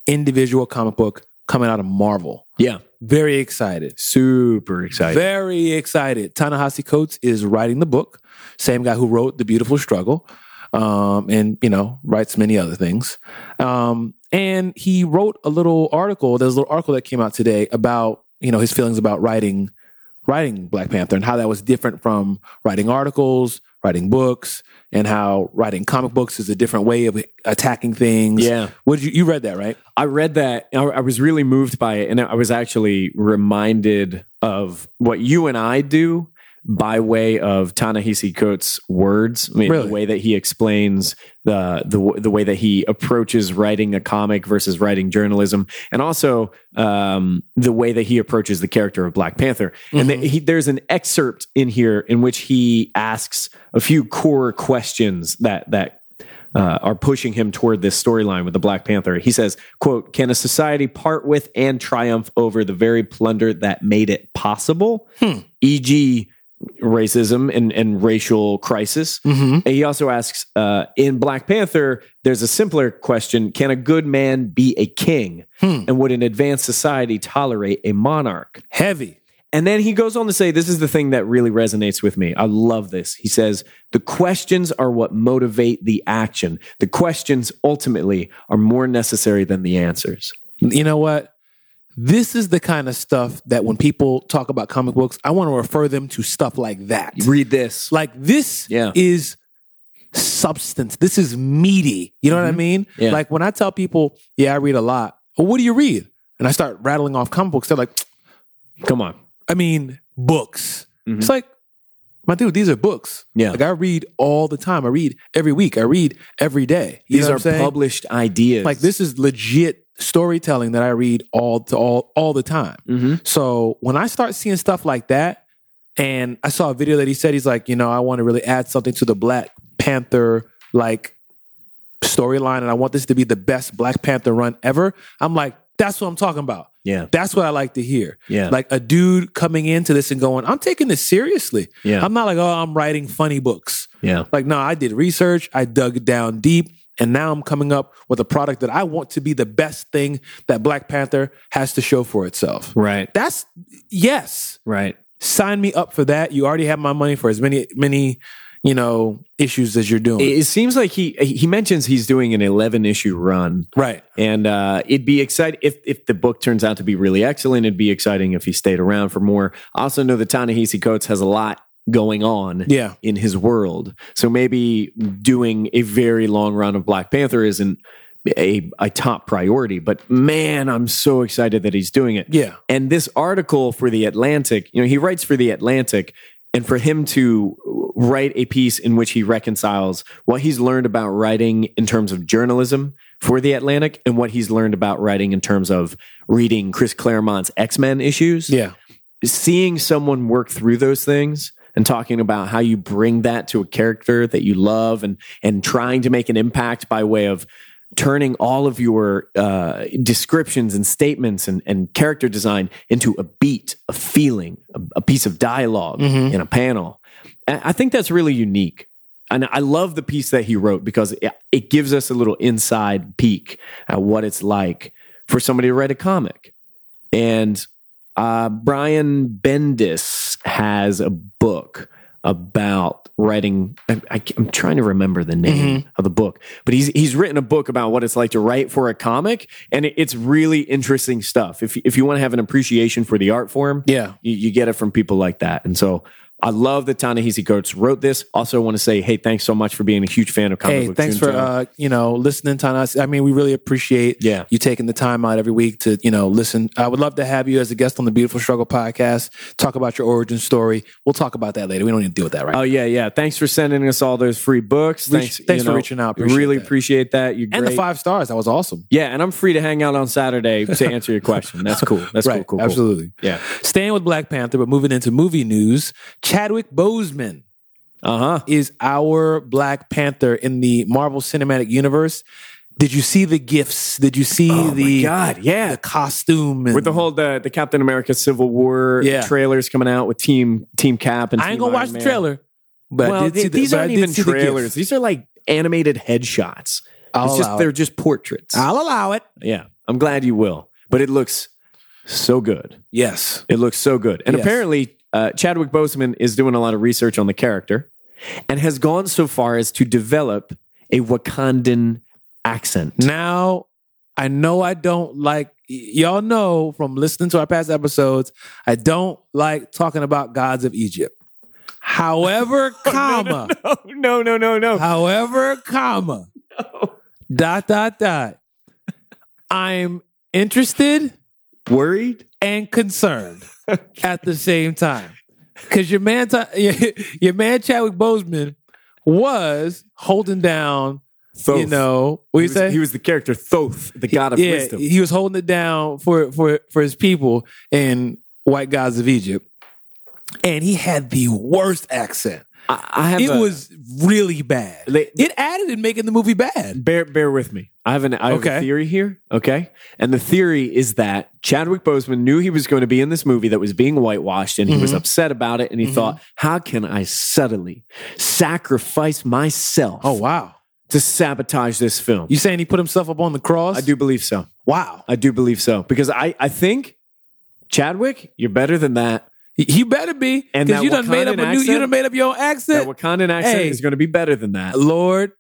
Speaker 1: individual comic book coming out of Marvel.
Speaker 2: Yeah.
Speaker 1: Very excited.
Speaker 2: Super excited.
Speaker 1: Very excited. Ta-Nehisi Coates is writing the book. Same guy who wrote The Beautiful Struggle, um, and you know writes many other things. Um, and he wrote a little article. There's a little article that came out today about you know his feelings about writing writing Black Panther and how that was different from writing articles, writing books, and how writing comic books is a different way of attacking things.
Speaker 2: Yeah.
Speaker 1: Would you you read that right?
Speaker 2: I read that. I, I was really moved by it. And I was actually reminded of what you and I do by way of Ta-Nehisi Coates' words. I mean,
Speaker 1: Really?
Speaker 2: The way that he explains the, the, w- the way that he approaches writing a comic versus writing journalism. And also um, the way that he approaches the character of Black Panther. And
Speaker 1: Mhm.
Speaker 2: the, he, there's an excerpt in here in which he asks a few core questions that, that uh, are pushing him toward this storyline with the Black Panther. He says, "quote Can a society part with and triumph over the very plunder that made it possible,
Speaker 1: Hmm.
Speaker 2: e.g., racism and, and racial crisis?"
Speaker 1: Mm-hmm.
Speaker 2: And he also asks, uh, "In Black Panther, there's a simpler question: Can a good man be a king,
Speaker 1: Hmm.
Speaker 2: and would an advanced society tolerate a monarch?"
Speaker 1: Heavy.
Speaker 2: And then he goes on to say, This is the thing that really resonates with me. I love this. He says, The questions are what motivate the action. The questions ultimately are more necessary than the answers.
Speaker 1: you know what? This is the kind of stuff that when people talk about comic books, I want to refer them to stuff like that.
Speaker 2: Read this.
Speaker 1: Like this
Speaker 2: Yeah.
Speaker 1: is substance. This is meaty. You know what I mean?
Speaker 2: Mm-hmm. Yeah.
Speaker 1: Like when I tell people, yeah, I read a lot. Well, what do you read? And I start rattling off comic books. They're like,
Speaker 2: Come on.
Speaker 1: I mean, books.
Speaker 2: Mhm.
Speaker 1: It's like, my dude, these are books.
Speaker 2: Yeah.
Speaker 1: Like I read all the time. I read every week. I read every day. You
Speaker 2: These
Speaker 1: know what
Speaker 2: are
Speaker 1: I'm saying?
Speaker 2: published ideas.
Speaker 1: Like this is legit storytelling that I read all to all all the time.
Speaker 2: Mm-hmm.
Speaker 1: So when I start seeing stuff like that, and I saw a video that he said he's like, you know, I want to really add something to the Black Panther like storyline, and I want this to be the best Black Panther run ever. I'm like, that's what I'm talking about.
Speaker 2: Yeah.
Speaker 1: That's what I like to hear.
Speaker 2: Yeah.
Speaker 1: Like a dude coming into this and going, I'm taking this seriously.
Speaker 2: Yeah.
Speaker 1: I'm not like, oh, I'm writing funny books.
Speaker 2: yeah.
Speaker 1: Like, no, I did research, I dug down deep, and now I'm coming up with a product that I want to be the best thing that Black Panther has to show for itself.
Speaker 2: Right.
Speaker 1: That's yes.
Speaker 2: Right.
Speaker 1: Sign me up for that. You already have my money for as many many, you know, issues as you're doing.
Speaker 2: It, it seems like he he mentions he's doing an 11 issue run.
Speaker 1: right.
Speaker 2: And uh, it'd be exciting if, if the book turns out to be really excellent. It'd be exciting if he stayed around for more. I also know that Ta-Nehisi Coates has a lot going on
Speaker 1: Yeah.
Speaker 2: in his world. So maybe doing a very long run of Black Panther isn't a, a top priority, but man, I'm so excited that he's doing it.
Speaker 1: Yeah.
Speaker 2: And this article for The Atlantic, you know, he writes for The Atlantic, and for him to write a piece in which he reconciles what he's learned about writing in terms of journalism for The Atlantic and what he's learned about writing in terms of reading Chris Claremont's X Men issues
Speaker 1: Yeah.
Speaker 2: seeing someone work through those things and talking about how you bring that to a character that you love and and trying to make an impact by way of turning all of your uh, descriptions and statements and, and character design into a beat a feeling a, a piece of dialog
Speaker 1: Mhm.
Speaker 2: in a panel And i think that's really unique and i love the piece that he wrote because it, it gives us a little inside peek at what it's like for somebody to write a comic and uh, Brian Bendis has a book about writing. I, I, am trying to remember the name of the book, but he's he's written a book about what it's like to write for a comic, and it- it's really interesting stuff. If you- if you want to have an appreciation for the art form,
Speaker 1: Yeah.
Speaker 2: you, you get it from people like that, and so. I love that Ta-Nehisi Coates wrote this. Also, want to say, hey, thanks so much for being a huge fan of comic
Speaker 1: Hey,
Speaker 2: Book
Speaker 1: thanks for
Speaker 2: Junto.
Speaker 1: uh, you know, listening to us. I mean, we really appreciate
Speaker 2: Yeah.
Speaker 1: you taking the time out every week to, you know, listen. I would love to have you as a guest on the Beautiful Struggle podcast, talk about your origin story. We'll talk about that later. We don't need to deal with that right
Speaker 2: Oh
Speaker 1: now.
Speaker 2: yeah, yeah. Thanks for sending us all those free books.
Speaker 1: Reach-
Speaker 2: Thanks,
Speaker 1: thanks for reaching out. Appreciate
Speaker 2: really
Speaker 1: that.
Speaker 2: appreciate that. You're
Speaker 1: And
Speaker 2: great.
Speaker 1: the five stars, that was awesome.
Speaker 2: Yeah, and I'm free to hang out on Saturday
Speaker 1: <laughs>
Speaker 2: to answer your question. That's cool. That's
Speaker 1: right.
Speaker 2: cool, cool. cool.
Speaker 1: Absolutely.
Speaker 2: Yeah.
Speaker 1: Staying with Black Panther, but moving into movie news, Chadwick Boseman
Speaker 2: Uh huh.
Speaker 1: is our Black Panther in the Marvel Cinematic Universe. Did you see the gifts? Did you see the
Speaker 2: Oh God, yeah.
Speaker 1: the costume and
Speaker 2: With the whole the, the Captain America Civil War
Speaker 1: Yeah.
Speaker 2: trailers coming out with Team Team Cap and
Speaker 1: I ain't
Speaker 2: Team
Speaker 1: gonna watch
Speaker 2: Iron
Speaker 1: the
Speaker 2: Man.
Speaker 1: trailer, but I
Speaker 2: Well,
Speaker 1: did see
Speaker 2: th-
Speaker 1: the-
Speaker 2: these
Speaker 1: but I
Speaker 2: aren't
Speaker 1: did
Speaker 2: even
Speaker 1: see the gif.
Speaker 2: trailers. these are like animated headshots.
Speaker 1: I'll
Speaker 2: it's just
Speaker 1: allow
Speaker 2: they're
Speaker 1: it.
Speaker 2: just portraits.
Speaker 1: I'll allow it.
Speaker 2: yeah, I'm glad you will. But it looks so good.
Speaker 1: Yes.
Speaker 2: It looks so good. And
Speaker 1: Yes.
Speaker 2: apparently, uh, Chadwick Boseman is doing a lot of research on the character and has gone so far as to develop a Wakandan accent.
Speaker 1: Now, I know I don't like, y- y'all know from listening to our past episodes, I don't like talking about gods of Egypt.
Speaker 2: <laughs>
Speaker 1: However, comma,
Speaker 2: <laughs> Oh, No, no, no, no,
Speaker 1: <laughs>
Speaker 2: no.
Speaker 1: however, comma, dot, dot, dot. I'm interested
Speaker 2: Worried?
Speaker 1: and concerned at the same time. Because your man, Ta- <laughs> your, your man Chadwick Boseman was holding down,
Speaker 2: Thoth.
Speaker 1: you know, what
Speaker 2: he,
Speaker 1: you
Speaker 2: was,
Speaker 1: say?
Speaker 2: he was the character Thoth, the god of
Speaker 1: yeah,
Speaker 2: wisdom.
Speaker 1: He was holding it down for for for his people in white gods of Egypt. And he had the worst accent.
Speaker 2: I, I have
Speaker 1: It
Speaker 2: a-
Speaker 1: was really bad.
Speaker 2: They-
Speaker 1: it added in making the movie bad.
Speaker 2: bear bear with me. I have an I have
Speaker 1: Okay.
Speaker 2: a theory here, okay? And the theory is that Chadwick Boseman knew he was going to be in this movie that was being whitewashed and he
Speaker 1: Mm-hmm.
Speaker 2: was upset about it and he thought, "How can I subtly sacrifice myself
Speaker 1: Oh wow!
Speaker 2: to sabotage this film?"
Speaker 1: You saying he put himself up on the cross?
Speaker 2: I do believe so.
Speaker 1: Wow!
Speaker 2: I do believe so because I I think Chadwick, you're better than that.
Speaker 1: He- He better be,
Speaker 2: And
Speaker 1: because
Speaker 2: that
Speaker 1: you done made up
Speaker 2: Wakandan
Speaker 1: a new, you
Speaker 2: accent?
Speaker 1: done made up your own
Speaker 2: That
Speaker 1: accent.
Speaker 2: Wakandan accent
Speaker 1: Hey.
Speaker 2: is going to be better
Speaker 1: <laughs>
Speaker 2: than that.
Speaker 1: Lord,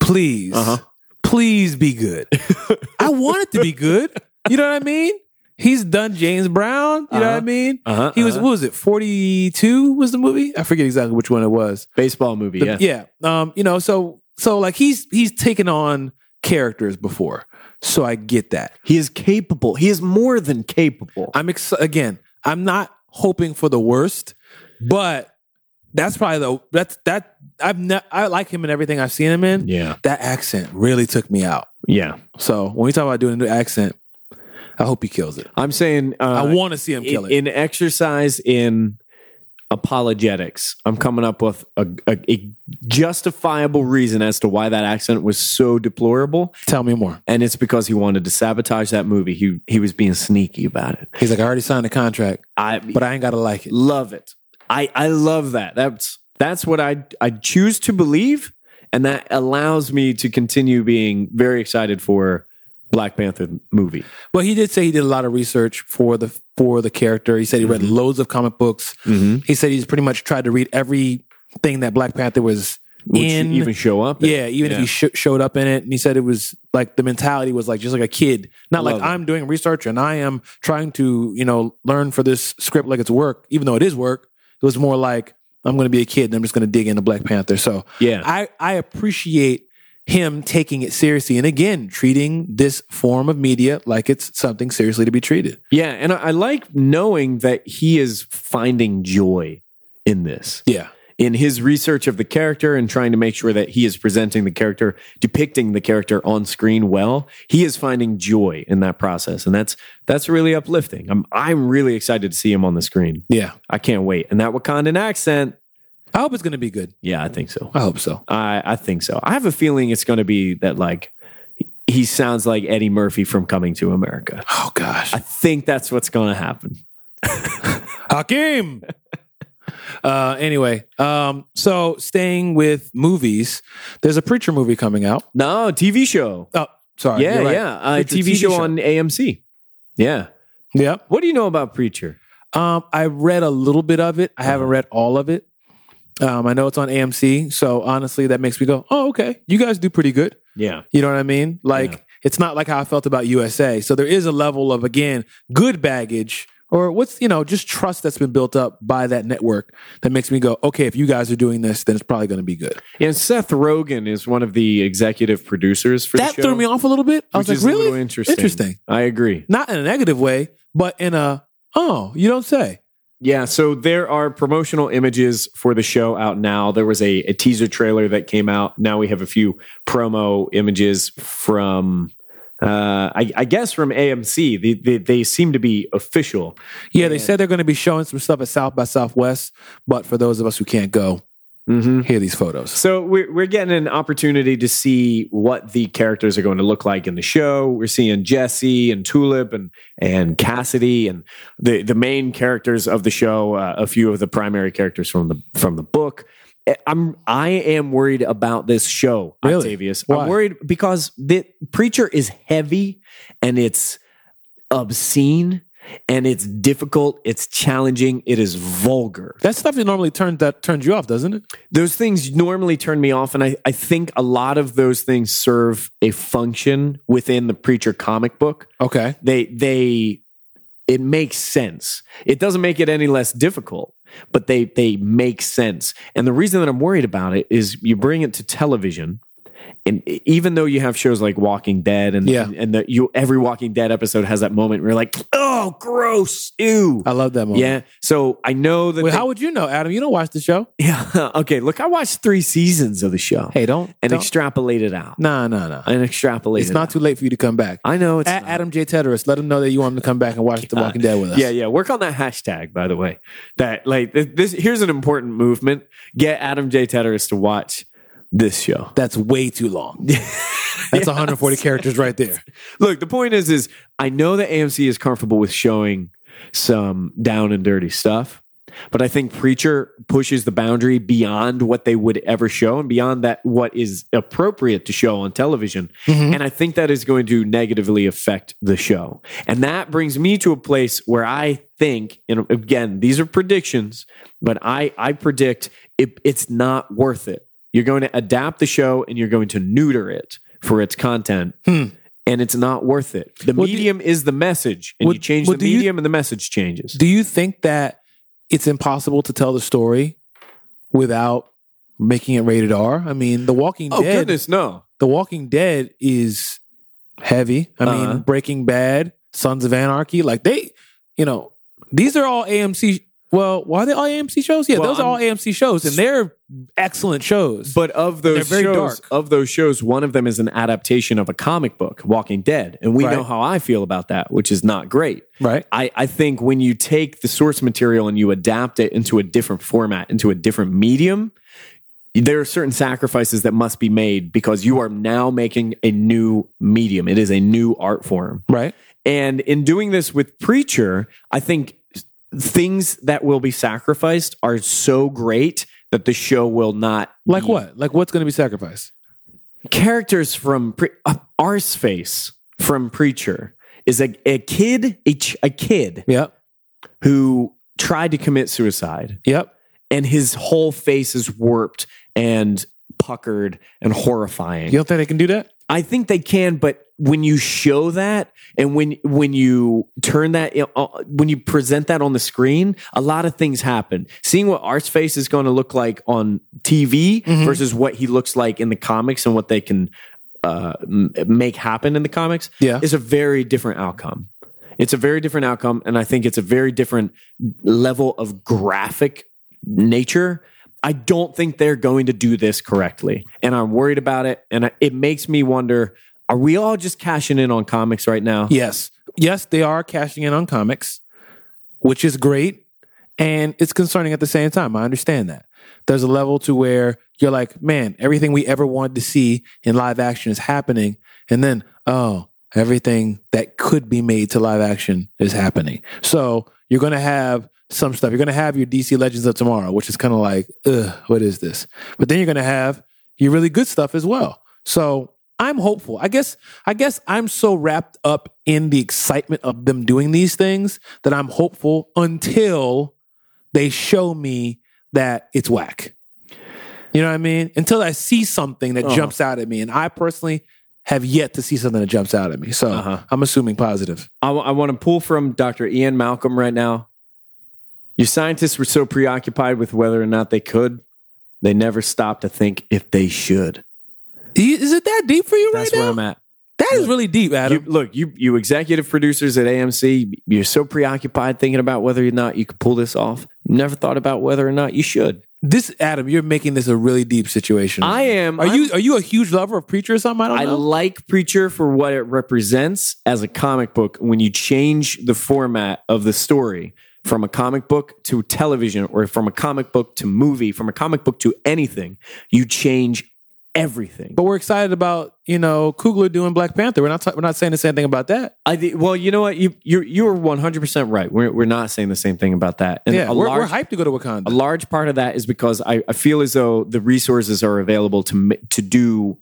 Speaker 1: please,
Speaker 2: Uh-huh.
Speaker 1: please be
Speaker 2: <laughs>
Speaker 1: good. I want it to be good. You know what I mean? He's done James Brown. You know what I
Speaker 2: Uh-huh.
Speaker 1: mean?
Speaker 2: Uh-huh,
Speaker 1: He was
Speaker 2: uh-huh.
Speaker 1: what was it? Forty two was the movie. I forget exactly which one it was.
Speaker 2: Baseball movie,
Speaker 1: The-
Speaker 2: yeah.
Speaker 1: Um. You know. So so like he's he's taken on characters before. So I get that.
Speaker 2: He is capable. He is more than capable.
Speaker 1: I'm ex- again. I'm not hoping for the worst, but that's probably the that's that I've ne- I like him in everything I've seen him in.
Speaker 2: yeah.
Speaker 1: That accent really took me out.
Speaker 2: Yeah.
Speaker 1: So when we talk about doing a new accent, I hope he kills it.
Speaker 2: I'm saying uh,
Speaker 1: I want to see him kill
Speaker 2: in,
Speaker 1: it.
Speaker 2: in exercise in apologetics i'm coming up with a, a, a justifiable reason as to why that accident was so deplorable
Speaker 1: Tell me more.
Speaker 2: and it's because he wanted to sabotage that movie he he was being sneaky about it
Speaker 1: He's like, I already signed the contract,
Speaker 2: i
Speaker 1: but I ain't gotta like it.
Speaker 2: love it i i love that that's that's what i i choose to believe and that allows me to continue being very excited for black panther movie
Speaker 1: But he did say he did a lot of research for the for the character. He said he read loads of comic books.
Speaker 2: mm-hmm.
Speaker 1: He said he's pretty much tried to read everything that Black Panther was
Speaker 2: would
Speaker 1: in.
Speaker 2: even show up
Speaker 1: yeah, even if
Speaker 2: Yeah.
Speaker 1: he sh- showed up in it, and he said it was like the mentality was like just like a kid, not like
Speaker 2: Love it.
Speaker 1: I'm doing research and I am trying to you know learn for this script like it's work, even though it is work. It was more like I'm going to be a kid and I'm just going to dig into Black Panther. So
Speaker 2: yeah
Speaker 1: I, I appreciate him taking it seriously and again treating this form of media like it's something seriously to be treated.
Speaker 2: Yeah, and I, I like knowing that he is finding joy in this,
Speaker 1: Yeah.
Speaker 2: in his research of the character and trying to make sure that he is presenting the character, depicting the character on screen well. He is finding joy in that process, and that's that's really uplifting. I'm I'm really excited to see him on the screen.
Speaker 1: Yeah.
Speaker 2: I can't wait. And that Wakandan accent,
Speaker 1: I hope it's going to be good.
Speaker 2: yeah, I think so.
Speaker 1: I hope so.
Speaker 2: I I think so. I have a feeling it's going to be that like he- he sounds like Eddie Murphy from Coming to America.
Speaker 1: Oh gosh.
Speaker 2: I think that's what's going to happen.
Speaker 1: Hakeem. uh anyway, um so staying with movies, there's a preacher movie coming out.
Speaker 2: No, TV show.
Speaker 1: Oh, sorry.
Speaker 2: yeah,
Speaker 1: you're right.
Speaker 2: yeah. Uh,
Speaker 1: It's a
Speaker 2: TV,
Speaker 1: TV
Speaker 2: show,
Speaker 1: show.
Speaker 2: on AMC. Yeah.
Speaker 1: Yep.
Speaker 2: What do you know about Preacher?
Speaker 1: Um, I read a little bit of it. I
Speaker 2: Uh-huh.
Speaker 1: haven't read all of it. Um, I know it's on AMC, so honestly, that makes me go, "Oh, okay. You guys do pretty good."
Speaker 2: Yeah.
Speaker 1: You know what I mean? Like
Speaker 2: Yeah.
Speaker 1: it's not like how I felt about USA. So there is a level of again good baggage or what's you know just trust that's been built up by that network that makes me go, okay, if you guys are doing this, then it's probably going to be good.
Speaker 2: And Seth Rogen is one of the executive producers for
Speaker 1: That
Speaker 2: the show.
Speaker 1: threw me off a little bit. I was
Speaker 2: which
Speaker 1: like,
Speaker 2: is a
Speaker 1: really
Speaker 2: little interesting.
Speaker 1: Interesting.
Speaker 2: I agree.
Speaker 1: Not in a negative way, but in a oh, you don't say.
Speaker 2: Yeah. So there are promotional images for the show out now. There was a, a teaser trailer that came out. Now we have a few promo images from. Uh, I, I guess from AMC, they, they, they seem to be official.
Speaker 1: Yeah, they said they're going to be showing some stuff at South by Southwest, but for those of us who can't go,
Speaker 2: Mm-hmm.
Speaker 1: here are these photos.
Speaker 2: So we're we're getting an opportunity to see what the characters are going to look like in the show. We're seeing Jesse and Tulip and and Cassidy and the the main characters of the show. Uh, a few of the primary characters from the from the book. I'm I am worried about this show,
Speaker 1: Really?
Speaker 2: Octavius.
Speaker 1: Why?
Speaker 2: I'm worried because the preacher is heavy and it's obscene and it's difficult, it's challenging, it is vulgar.
Speaker 1: That stuff that normally turns that turns you off, doesn't it?
Speaker 2: Those things normally turn me off, and I, I think a lot of those things serve a function within the preacher comic book.
Speaker 1: Okay.
Speaker 2: They they it makes sense. It doesn't make it any less difficult, but they they make sense. And the reason that I'm worried about it is you bring it to television, and e, even though you have shows like Walking Dead, and
Speaker 1: Yeah.
Speaker 2: and the, you every Walking Dead episode has that moment where you're like, oh, gross, ew,
Speaker 1: I love that moment.
Speaker 2: yeah. So I know that.
Speaker 1: Wait,
Speaker 2: they-
Speaker 1: how would you know, Adam? You don't watch the show.
Speaker 2: <laughs> yeah. Okay. Look, I watched three seasons of the show
Speaker 1: Hey, don't.
Speaker 2: and
Speaker 1: don't.
Speaker 2: extrapolate it out.
Speaker 1: nah, nah, nah.
Speaker 2: And extrapolate.
Speaker 1: It's
Speaker 2: it
Speaker 1: not
Speaker 2: out.
Speaker 1: too late for you to come back.
Speaker 2: I know it's
Speaker 1: At
Speaker 2: not.
Speaker 1: Adam J. Teteris, let him know that you want him to come back and watch The Walking Dead with us.
Speaker 2: Yeah, yeah. Work on that hashtag, by the way. That like th- this. Here's an important movement. Get Adam J. Teteris to watch this show.
Speaker 1: That's way too
Speaker 2: <laughs>
Speaker 1: long. That's 140 characters right there.
Speaker 2: Look, the point is, is I know that AMC is comfortable with showing some down and dirty stuff, but I think Preacher pushes the boundary beyond what they would ever show and beyond that what is appropriate to show on television. And I think that is going to negatively affect the show. And that brings me to a place where I think, and again, these are predictions, but I, I predict it, it's not worth it. You're going to adapt the show and you're going to neuter it for its content. And it's not worth it. The
Speaker 1: Well, do-
Speaker 2: medium is the message, and
Speaker 1: Well,
Speaker 2: you change
Speaker 1: well,
Speaker 2: the
Speaker 1: do you-
Speaker 2: medium, and the message changes.
Speaker 1: Do you think that it's impossible to tell the story without making it rated R? I mean, The Walking
Speaker 2: oh
Speaker 1: Dead.
Speaker 2: goodness, no!
Speaker 1: The Walking Dead is heavy. I
Speaker 2: Uh-huh.
Speaker 1: mean, Breaking Bad, Sons of Anarchy, like they, you know, these are all AMC. Well, why are they all AMC shows? Yeah,
Speaker 2: Well,
Speaker 1: those are all AMC shows, and they're excellent shows.
Speaker 2: But of those
Speaker 1: They're very
Speaker 2: shows,
Speaker 1: dark.
Speaker 2: of those shows, one of them is an adaptation of a comic book, Walking Dead, and we
Speaker 1: Right.
Speaker 2: know how I feel about that, which is not great.
Speaker 1: right?
Speaker 2: I, I think when you take the source material and you adapt it into a different format, into a different medium, there are certain sacrifices that must be made because you are now making a new medium. It is a new art form.
Speaker 1: Right.
Speaker 2: And in doing this with Preacher, I think things that will be sacrificed are so great that the show will not.
Speaker 1: Like
Speaker 2: be-
Speaker 1: what? Like what's going to be sacrificed?
Speaker 2: Characters from Pre- uh, Arseface from Preacher is a, a kid, a, ch- a kid
Speaker 1: Yep.
Speaker 2: who tried to commit suicide
Speaker 1: Yep.
Speaker 2: and his whole face is warped and puckered and horrifying.
Speaker 1: You don't think they can do that?
Speaker 2: I think they can, but when you show that and when when you turn that uh, when you present that on the screen, a lot of things happen. Seeing what Art's face is going to look like on TV
Speaker 1: Mhm.
Speaker 2: versus what he looks like in the comics and what they can uh, m- make happen in the comics
Speaker 1: Yeah.
Speaker 2: is a very different outcome. It's a very different outcome, and I think it's a very different level of graphic nature. I don't think they're going to do this correctly, and I'm worried about it. And I, it makes me wonder: Are we all just cashing in on comics right now?
Speaker 1: Yes. Yes, they are cashing in on comics, which is great. And it's concerning at the same time. I understand that. There's a level to where you're like, man, everything we ever wanted to see in live action is happening. And then, oh, everything that could be made to live action is happening. So you're going to have some stuff. You're going to have your DC Legends of Tomorrow, which is kind of like, ugh, what is this? But then you're going to have your really good stuff as well. So I'm hopeful. I guess I guess I'm so wrapped up in the excitement of them doing these things that I'm hopeful until they show me that it's whack. You know what I mean? Until I see something that
Speaker 2: Uh-huh.
Speaker 1: jumps out at me. And I personally have yet to see something that jumps out at me. So
Speaker 2: Uh-huh.
Speaker 1: I'm assuming positive.
Speaker 2: I want to pull from Dr. Ian Malcolm right now. Your scientists were so preoccupied with whether or not they could, they never stopped to think if they should.
Speaker 1: Is it that deep for you
Speaker 2: That's
Speaker 1: right
Speaker 2: where
Speaker 1: now?
Speaker 2: I'm at.
Speaker 1: That is really deep, Adam.
Speaker 2: You, look, you you executive producers at AMC, you're so preoccupied thinking about whether or not you could pull this off. You never thought about whether or not you should.
Speaker 1: this Adam, you're making this a really deep situation.
Speaker 2: I am.
Speaker 1: Are
Speaker 2: I'm-
Speaker 1: you are you a huge lover of preacher or something? I don't
Speaker 2: I
Speaker 1: know.
Speaker 2: like Preacher for what it represents as a comic book. When you change the format of the story from a comic book to television, or from a comic book to movie, from a comic book to anything, you change everything.
Speaker 1: But we're excited about you know Kugler doing Black Panther. We're not ta- we're not saying the same thing about that.
Speaker 2: I thi- well, you know what? You you you were one hundred percent right. We're we're not saying the same thing about that. And
Speaker 1: yeah,
Speaker 2: a
Speaker 1: we're,
Speaker 2: large,
Speaker 1: we're hyped to go to
Speaker 2: a
Speaker 1: Wakanda.
Speaker 2: large part of that is because I, I feel as though the resources are available to m- to do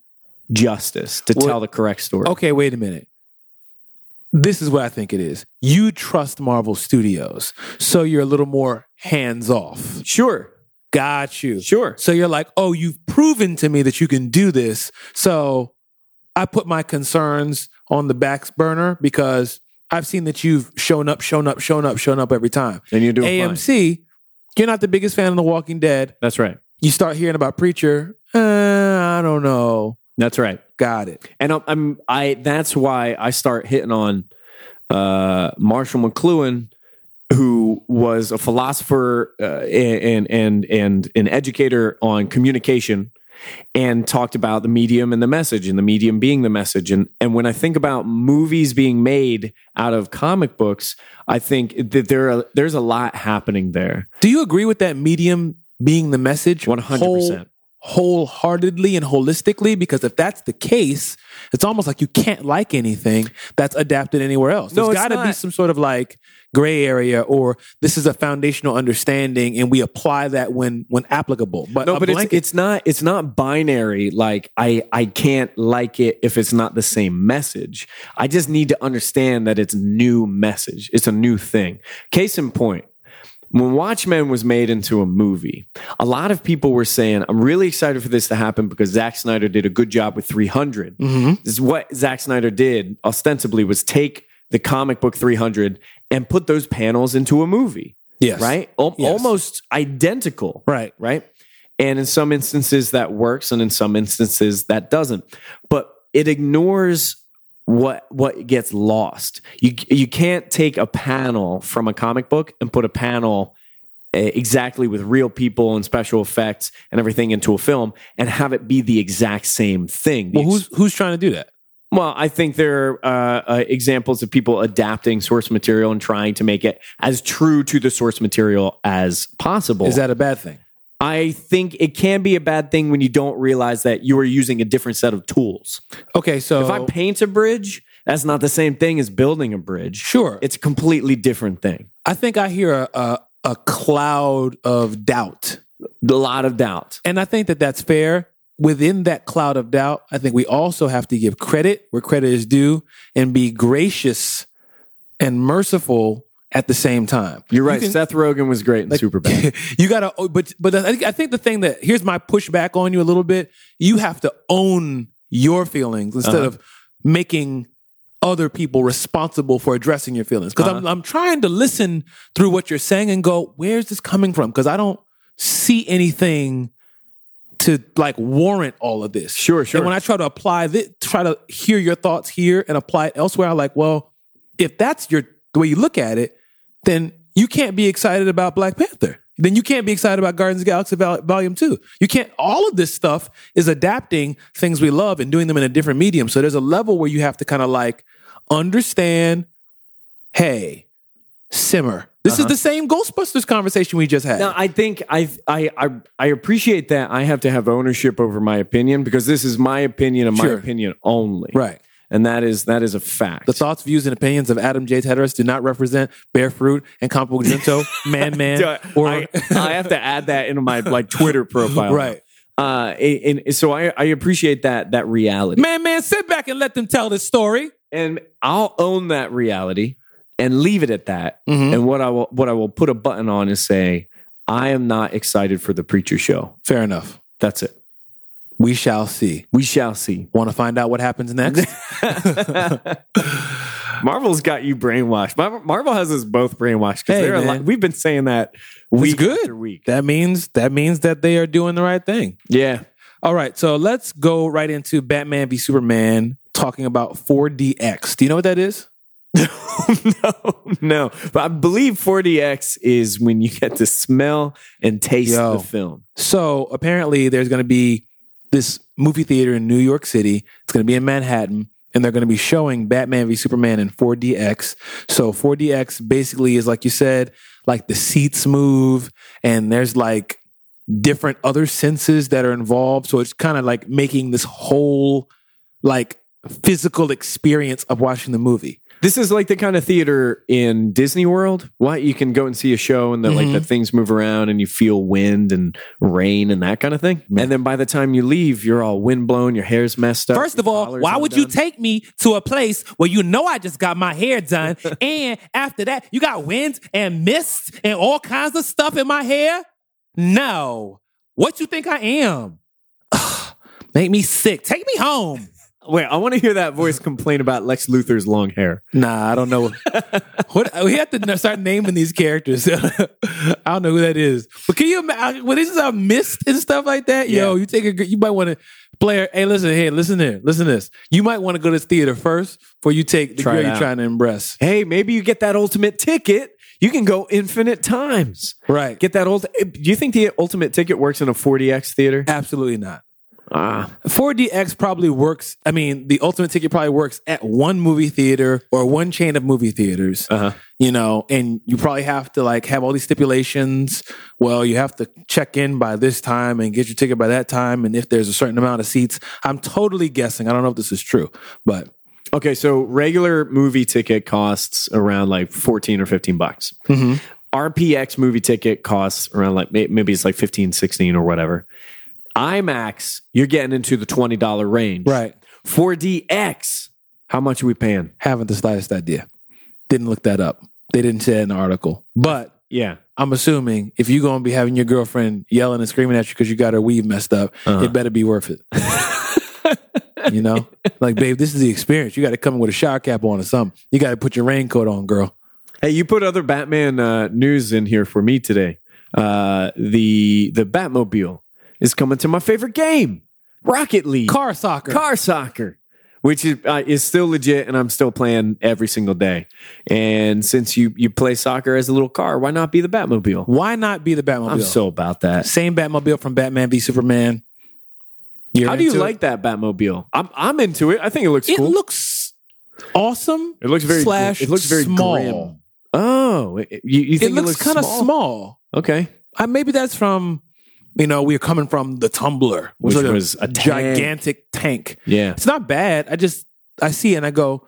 Speaker 2: justice to
Speaker 1: Well-
Speaker 2: tell the correct story.
Speaker 1: Okay, wait a minute. This is what I think it is. You trust Marvel Studios, so you're a little more hands off.
Speaker 2: Sure,
Speaker 1: Got you.
Speaker 2: sure.
Speaker 1: So you're like, oh, you've proven to me that you can do this. So I put my concerns on the back burner because I've seen that you've shown up, shown up, shown up, shown up every time.
Speaker 2: And you're doing fine.
Speaker 1: AMC, you're not the biggest fan of The Walking Dead.
Speaker 2: That's right.
Speaker 1: You start hearing about Preacher. Uh, I don't know.
Speaker 2: That's right.
Speaker 1: Got it.
Speaker 2: And I'm, I'm I that's why I start hitting on uh, Marshall McLuhan, who was a philosopher uh, and and and an educator on communication, and talked about the medium and the message, and the medium being the message. And and when I think about movies being made out of comic books, I think that there are, there's a lot happening there.
Speaker 1: Do you agree with that medium being the message?
Speaker 2: One hundred percent.
Speaker 1: Whole- Wholeheartedly and holistically, because if that's the case, it's almost like you can't like anything that's adapted anywhere else.
Speaker 2: No,
Speaker 1: There's
Speaker 2: it's
Speaker 1: got to be
Speaker 2: not.
Speaker 1: some sort of like gray area, or this is a foundational understanding, and we apply that when when applicable. But
Speaker 2: No,
Speaker 1: a
Speaker 2: but it's,
Speaker 1: blanket-
Speaker 2: it's not it's not binary. Like I I can't like it if it's not the same message. I just need to understand that it's new message. It's a new thing. Case in point, when Watchmen was made into a movie, a lot of people were saying, "I'm really excited for this to happen because Zack Snyder did a good job with 300."
Speaker 1: Mhm.
Speaker 2: This is what Zack Snyder did ostensibly was take the comic book 300 and put those panels into a movie,
Speaker 1: yes,
Speaker 2: right? Al-
Speaker 1: Yes.
Speaker 2: Almost identical
Speaker 1: right.
Speaker 2: right? And in some instances that works and in some instances that doesn't. But it ignores what what gets lost. You you can't take a panel from a comic book and put a panel eh, exactly with real people and special effects and everything into a film and have it be the exact same thing. The
Speaker 1: Well, who's who's trying to do that?
Speaker 2: well, I think there are uh, uh, examples of people adapting source material and trying to make it as true to the source material as possible.
Speaker 1: Is that a bad thing?
Speaker 2: I think it can be a bad thing when you don't realize that you are using a different set of tools.
Speaker 1: Okay, so
Speaker 2: If I paint a bridge, that's not the same thing as building a bridge.
Speaker 1: sure,
Speaker 2: It's a completely different thing.
Speaker 1: I think I hear a, a a cloud of doubt.
Speaker 2: A lot of doubt.
Speaker 1: And I think that that's fair. Within that cloud of doubt, I think we also have to give credit where credit is due and be gracious and merciful at the same time.
Speaker 2: You're right.
Speaker 1: You can-
Speaker 2: Seth Rogen was great in
Speaker 1: <laughs>
Speaker 2: Superbad.
Speaker 1: you gotta, oh, but but I think, I think the thing that here's my pushback on you a little bit. You have to own your feelings instead
Speaker 2: Uh-huh.
Speaker 1: of making other people responsible for addressing your feelings. Because I'm I'm trying to listen through what you're saying and go, where's this coming from? Because I don't see anything to like warrant all of this.
Speaker 2: Sure, sure.
Speaker 1: And when I try to apply this, try to hear your thoughts here and apply it elsewhere, I'm like, well, if that's your the way you look at it, then you can't be excited about Black Panther. Then you can't be excited about Guardians of the Galaxy Vol- Volume 2. You can't, all of this stuff is adapting things we love and doing them in a different medium. So there's a level where you have to kind of like understand, hey, simmer. This is the same Ghostbusters conversation we just had.
Speaker 2: Uh-huh. Now, I think I, I I I appreciate that I have to have ownership over my opinion because this is my opinion and my
Speaker 1: Sure.
Speaker 2: opinion only.
Speaker 1: right.
Speaker 2: And that is that is a fact.
Speaker 1: The thoughts, views, and opinions of Adam J. Tedros do not represent Bear Fruit and Compo <laughs> Junto, Man Man,
Speaker 2: Yeah,
Speaker 1: or <laughs>
Speaker 2: I, I have to add that into my like Twitter profile.
Speaker 1: Right.
Speaker 2: Uh, and, and so I, I appreciate that that reality,
Speaker 1: Man Man. Sit back and let them tell this story.
Speaker 2: and I'll own that reality and leave it at that.
Speaker 1: Mhm.
Speaker 2: And what I will what I will put a button on is say I am not excited for the preacher show.
Speaker 1: Fair enough.
Speaker 2: That's it.
Speaker 1: We shall see.
Speaker 2: We shall
Speaker 1: <laughs>
Speaker 2: see.
Speaker 1: Want to find out what happens <laughs> next?
Speaker 2: Marvel's got you brainwashed. Mar- Marvel has us both brainwashed
Speaker 1: Hey,
Speaker 2: because they're a
Speaker 1: man.
Speaker 2: lot- we've been saying that week
Speaker 1: good.
Speaker 2: after week.
Speaker 1: that means that means that they are doing the right thing.
Speaker 2: yeah, <laughs>
Speaker 1: All right, so let's go right into Batman v Superman talking about 4DX. Do you know what that is?
Speaker 2: no, no. But I believe 4DX is when you get to smell and taste
Speaker 1: Yo.
Speaker 2: the film.
Speaker 1: So apparently, there's going to be this movie theater in New York City. It's going to be in Manhattan, and they're going to be showing Batman v Superman in 4DX. So 4DX basically is like you said, like the seats move, and there's like different other senses that are involved. So it's kind of like making this whole like physical experience of watching the movie.
Speaker 2: This is like the kind of theater in Disney World. Why you can go and see a show and the like
Speaker 1: Mhm.
Speaker 2: the things move around and you feel wind and rain and that kind of thing.
Speaker 1: Mm-hmm.
Speaker 2: And then by the time you leave, you're all windblown, your hair's messed up.
Speaker 1: First
Speaker 2: your
Speaker 1: of all,
Speaker 2: collar's
Speaker 1: why would you
Speaker 2: undone.
Speaker 1: take me to a place where you know I just got my hair done? and after that, you got winds and mists and all kinds of stuff in my hair? No. What you think I am? <sighs> Ugh, Make me sick. Take me home.
Speaker 2: Wait, I want to hear that voice complain about Lex Luthor's long hair.
Speaker 1: Nah, I don't know. <laughs> what we have to start naming these characters. <laughs> I don't know who that is. But can you imagine when this is a mist and stuff like that? Yo,
Speaker 2: Yeah.
Speaker 1: you take a gr- you might want to play. Hey, listen here, listen here, listen to this. You might want to go to this theater first before you take the
Speaker 2: Try
Speaker 1: girl
Speaker 2: it
Speaker 1: you're
Speaker 2: out.
Speaker 1: trying to impress.
Speaker 2: Hey, maybe you get that ultimate ticket. You can go infinite times.
Speaker 1: Right.
Speaker 2: Get that old. Do you think the ultimate ticket works in a 40x theater?
Speaker 1: Absolutely not.
Speaker 2: Ah,
Speaker 1: 4DX probably works. I mean, the ultimate ticket probably works at one movie theater or one chain of movie theaters.
Speaker 2: Uh-huh.
Speaker 1: You know, and you probably have to like have all these stipulations. Well, you have to check in by this time and get your ticket by that time. And if there's a certain amount of seats, I'm totally guessing. I don't know if this is true, but
Speaker 2: Okay, so regular movie ticket costs around like 14 or 15 bucks. RPX movie ticket costs around like may- maybe it's like 15, 16 or whatever. IMAX, you're getting into the $20 range.
Speaker 1: right,
Speaker 2: 4DX, how much are we paying?
Speaker 1: haven't the slightest idea. Didn't look that up. They didn't say that in the article, but
Speaker 2: Yeah.
Speaker 1: I'm assuming if you're gonna be having your girlfriend yelling and screaming at you because you got her weave messed up,
Speaker 2: Uh-huh.
Speaker 1: it better be worth <laughs> it. you know, like babe, this is the experience. You got to come in with a shower cap on or something. You got to put your raincoat on, girl.
Speaker 2: Hey, you put other Batman uh, news in here for me today. Uh, the the Batmobile is coming to my favorite game, Rocket League.
Speaker 1: Car soccer.
Speaker 2: Car soccer, which is uh, is still legit, and I'm still playing every single day. And since you you play soccer as a little car, why not be the Batmobile?
Speaker 1: Why not be the Batmobile?
Speaker 2: I'm so about that.
Speaker 1: Same Batmobile from Batman v Superman. You're
Speaker 2: How do you
Speaker 1: into it?
Speaker 2: like that Batmobile? I'm I'm into it. I think it looks
Speaker 1: It
Speaker 2: cool.
Speaker 1: looks awesome.
Speaker 2: It looks very
Speaker 1: slash.
Speaker 2: gr- it looks very
Speaker 1: small.
Speaker 2: grim. oh, it, it- you, you
Speaker 1: It
Speaker 2: think
Speaker 1: looks, kind of small.
Speaker 2: Okay,
Speaker 1: I, maybe that's from. You know, we're coming from the Tumblr,
Speaker 2: Which
Speaker 1: like
Speaker 2: was a tank.
Speaker 1: gigantic tank.
Speaker 2: yeah.
Speaker 1: It's not bad. I just I see it and I go,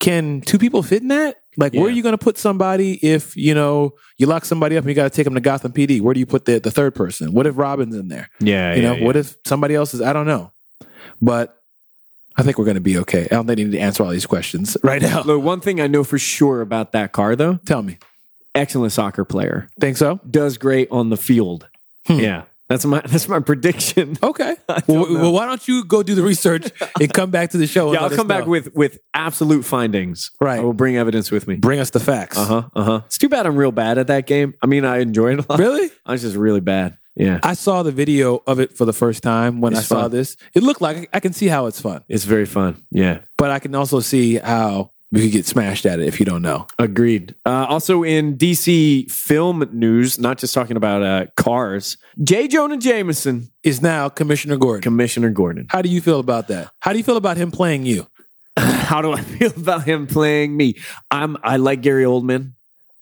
Speaker 1: can two people fit in that? Like, where are
Speaker 2: Yeah.
Speaker 1: you going to put somebody if you know you lock somebody up and you got to take them to Gotham PD? Where do you put the the third person? What if Robin's in there?
Speaker 2: Yeah,
Speaker 1: You
Speaker 2: yeah,
Speaker 1: know,
Speaker 2: yeah.
Speaker 1: what if somebody else is? I don't know, but I think we're going to be okay. I don't think I need to answer all these questions right now.
Speaker 2: Look, one thing I know for sure about that car, though,
Speaker 1: Tell me,
Speaker 2: excellent soccer player,
Speaker 1: think so?
Speaker 2: does great on the field.
Speaker 1: Hmm.
Speaker 2: Yeah, that's my <laughs> that's my prediction. <laughs>
Speaker 1: Okay. Well,
Speaker 2: don't
Speaker 1: w-
Speaker 2: know.
Speaker 1: well, why don't you go do the research and come back to the show? and
Speaker 2: <laughs> Yeah, I'll
Speaker 1: let us
Speaker 2: come back
Speaker 1: know.
Speaker 2: with with absolute findings.
Speaker 1: Right.
Speaker 2: I will bring evidence with me.
Speaker 1: bring us the facts.
Speaker 2: Uh huh. Uh huh. It's too bad I'm real bad at that game. I mean, I enjoy it a lot.
Speaker 1: Really?
Speaker 2: I was just really bad. Yeah.
Speaker 1: I saw the video of it for the first time when I
Speaker 2: It's
Speaker 1: saw
Speaker 2: fun.
Speaker 1: this. It looked like I can see how it's fun,
Speaker 2: It's very fun. Yeah.
Speaker 1: but I can also see how you could get smashed at it if you don't know.
Speaker 2: Agreed. Uh, also in DC film news, not just talking about uh, cars, J. Jonah Jameson,
Speaker 1: Is now Commissioner Gordon.
Speaker 2: Commissioner Gordon. <laughs>
Speaker 1: How do you feel about that? How do you feel about him playing you?
Speaker 2: How do I feel about him playing me? I'm I like Gary Oldman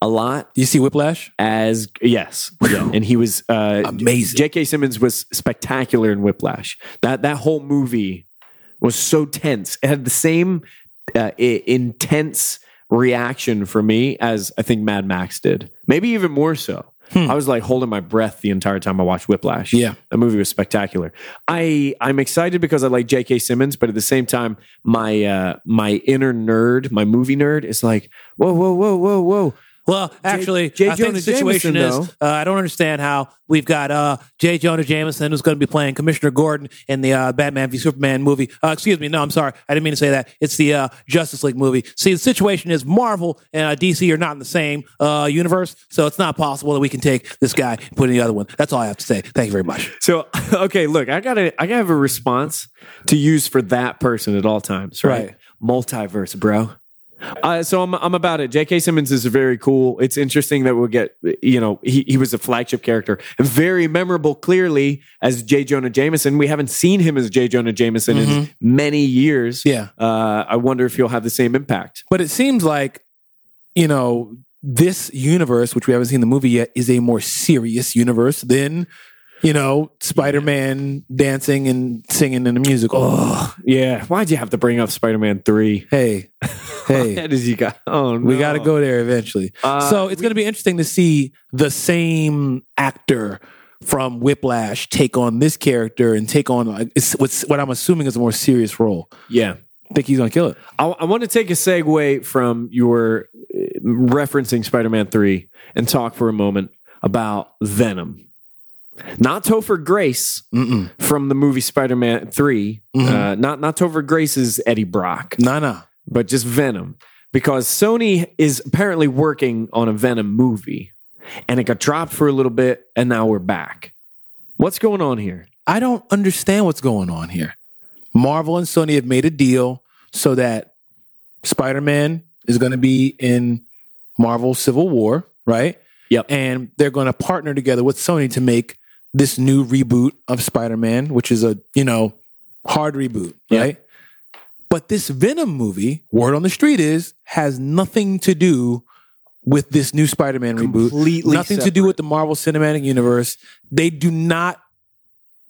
Speaker 2: a lot
Speaker 1: You see Whiplash?
Speaker 2: as yes. And he was uh
Speaker 1: Amazing.
Speaker 2: J.K. Simmons was spectacular in Whiplash. That that whole movie was so tense. It had the same uh, i- intense reaction for me as I think Mad Max did. Maybe even more so. I was like holding my breath the entire time I watched Whiplash.
Speaker 1: Hmm. Yeah.
Speaker 2: that movie was spectacular. I I'm excited because I like J.K. Simmons, but at the same time, my uh, my inner nerd, my movie nerd, is like, whoa, whoa, whoa, whoa, whoa.
Speaker 1: Well, actually,
Speaker 2: J.
Speaker 1: I think
Speaker 2: Jonah
Speaker 1: the situation
Speaker 2: Jameson,
Speaker 1: is uh, I don't understand how we've got uh, J. Jonah Jameson who's going to be playing Commissioner Gordon in the uh, Batman v Superman movie. Uh, excuse me, no, I'm sorry, I didn't mean to say that. It's the uh, Justice League movie. See, the situation is Marvel and uh, DC are not in the same uh, universe, so it's not possible that we can take this guy and put in the other one. That's all I have to say. Thank you very much.
Speaker 2: So <laughs> okay, look, I gotta I gotta have a response to use for that person at all times, right?
Speaker 1: Right.
Speaker 2: Multiverse, bro. Uh, so I'm I'm about it. J.K. Simmons is very cool. It's interesting that we'll get you know he he was a flagship character, very memorable. Clearly as J. Jonah Jameson, we haven't seen him as J. Jonah Jameson in many years.
Speaker 1: Mm-hmm. Yeah.
Speaker 2: uh, I wonder if he'll have the same impact.
Speaker 1: But it seems like, you know, this universe, which we haven't seen the movie yet, is a more serious universe than You know, Spider Man dancing and singing in a musical.
Speaker 2: Oh, yeah. Why'd you have to bring up Spider Man 3?
Speaker 1: Hey,
Speaker 2: <laughs>
Speaker 1: hey,
Speaker 2: That is you got. Oh,
Speaker 1: we
Speaker 2: no.
Speaker 1: got to go there eventually.
Speaker 2: Uh,
Speaker 1: so it's going to be interesting to see the same actor from Whiplash take on this character and take on like, it's, what's, what I'm assuming is a more serious role.
Speaker 2: Yeah.
Speaker 1: think he's going to kill it.
Speaker 2: I, I want to take a segue from your uh, referencing Spider Man 3 and talk for a moment about Venom. Not Topher Grace
Speaker 1: Mm-mm.
Speaker 2: from the movie Spider Man 3. Uh, not, not Topher Grace's Eddie Brock,
Speaker 1: Nah, nah.
Speaker 2: but just Venom. Because Sony is apparently working on a Venom movie and it got dropped for a little bit and now we're back. What's going on here?
Speaker 1: I don't understand what's going on here. Marvel and Sony have made a deal so that Spider Man is going to be in Marvel Civil War, right?
Speaker 2: Yep.
Speaker 1: And they're going to partner together with Sony to make this new reboot of Spider Man, which is a, you know, hard reboot,
Speaker 2: Yeah.
Speaker 1: right? But this Venom movie, word on the street is, has nothing to do with this new Spider Man reboot.
Speaker 2: Completely
Speaker 1: nothing to do with the Marvel Cinematic Universe. They do not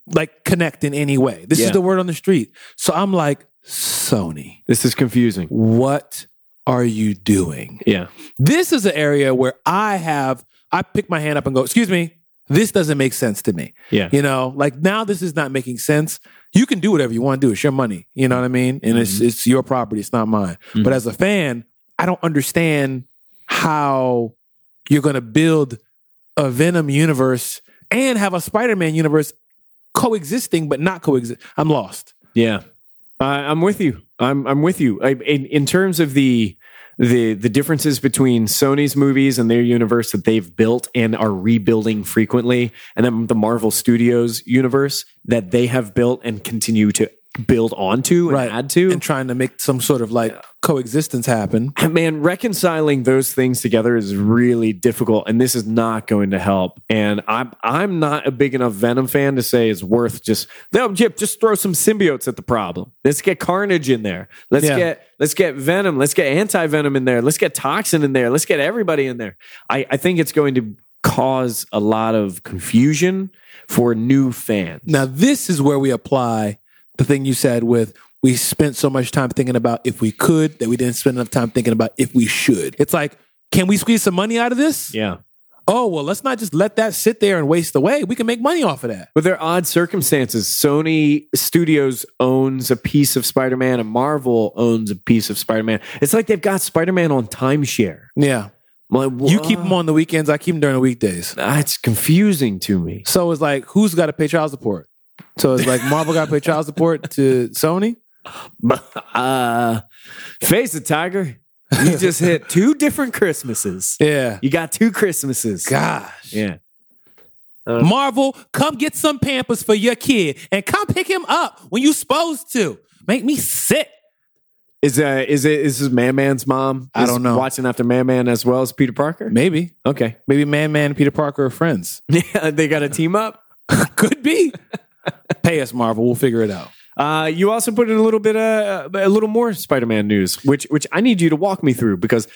Speaker 1: like connect in any way. This
Speaker 2: Yeah.
Speaker 1: is the word on the street. So I'm like, Sony,
Speaker 2: This is confusing.
Speaker 1: what are you doing?
Speaker 2: Yeah.
Speaker 1: This is an area where I have I pick my hand up and go, excuse me, this doesn't make sense to me.
Speaker 2: Yeah.
Speaker 1: You know, like now this is not making sense. You can do whatever you want to do. It's your money. You know what I mean? And it's it's your property. It's not mine. But as a fan, I don't understand how you're going to build a Venom universe and have a Spider-Man universe coexisting but not coexist. I'm lost.
Speaker 2: Yeah, I I'm with you. I'm I'm with you. I, in in terms of the the the differences between Sony's movies and their universe that they've built and are rebuilding frequently, and then the Marvel Studios universe that they have built and continue to build onto and
Speaker 1: Right.
Speaker 2: add to.
Speaker 1: And trying to make some sort of like coexistence happen.
Speaker 2: <laughs> Man, reconciling those things together is really difficult, and this is not going to help. And I'm I'm not a big enough Venom fan to say it's worth just no, Jip, just throw some symbiotes at the problem. Let's get Carnage in there. Let's
Speaker 1: Yeah.
Speaker 2: get let's get Venom. Let's get anti Venom in there. Let's get Toxin in there. Let's get everybody in there. I, I think it's going to cause a lot of confusion for new fans.
Speaker 1: Now, this is where we apply the thing you said with we spent so much time thinking about if we could that we didn't spend enough time thinking about if we should. It's like, can we squeeze some money out of this?
Speaker 2: Yeah.
Speaker 1: Oh, well, let's not just let that sit there and waste away. We can make money off of that.
Speaker 2: But they're odd circumstances. Sony Studios owns a piece of Spider Man and Marvel owns a piece of Spider Man. It's like they've got Spider Man on timeshare.
Speaker 1: Yeah.
Speaker 2: I'm Like,
Speaker 1: You keep them on the weekends, I keep them during the weekdays.
Speaker 2: That's confusing to me.
Speaker 1: So it's like, who's got to pay child support? So it's like Marvel got to pay child support to Sony?
Speaker 2: uh, face the tiger.
Speaker 1: <laughs>
Speaker 2: You just hit two different Christmases.
Speaker 1: Yeah.
Speaker 2: You got two Christmases.
Speaker 1: Gosh.
Speaker 2: Yeah.
Speaker 1: Marvel, come get some Pampers for your kid and come pick him up when you supposed to. Make me sick.
Speaker 2: Is uh is it is this Man Man's mom?
Speaker 1: I
Speaker 2: is
Speaker 1: don't know.
Speaker 2: Watching after Man Man as well as Peter Parker.
Speaker 1: Maybe.
Speaker 2: Okay. <laughs>
Speaker 1: Maybe Man Man and Peter Parker are friends.
Speaker 2: Yeah, they got a team up.
Speaker 1: <laughs> Could be. <laughs> Pay us, Marvel. We'll figure it out.
Speaker 2: Uh, you also put in a little bit uh, a little more Spider-Man news, which which I need you to walk me through because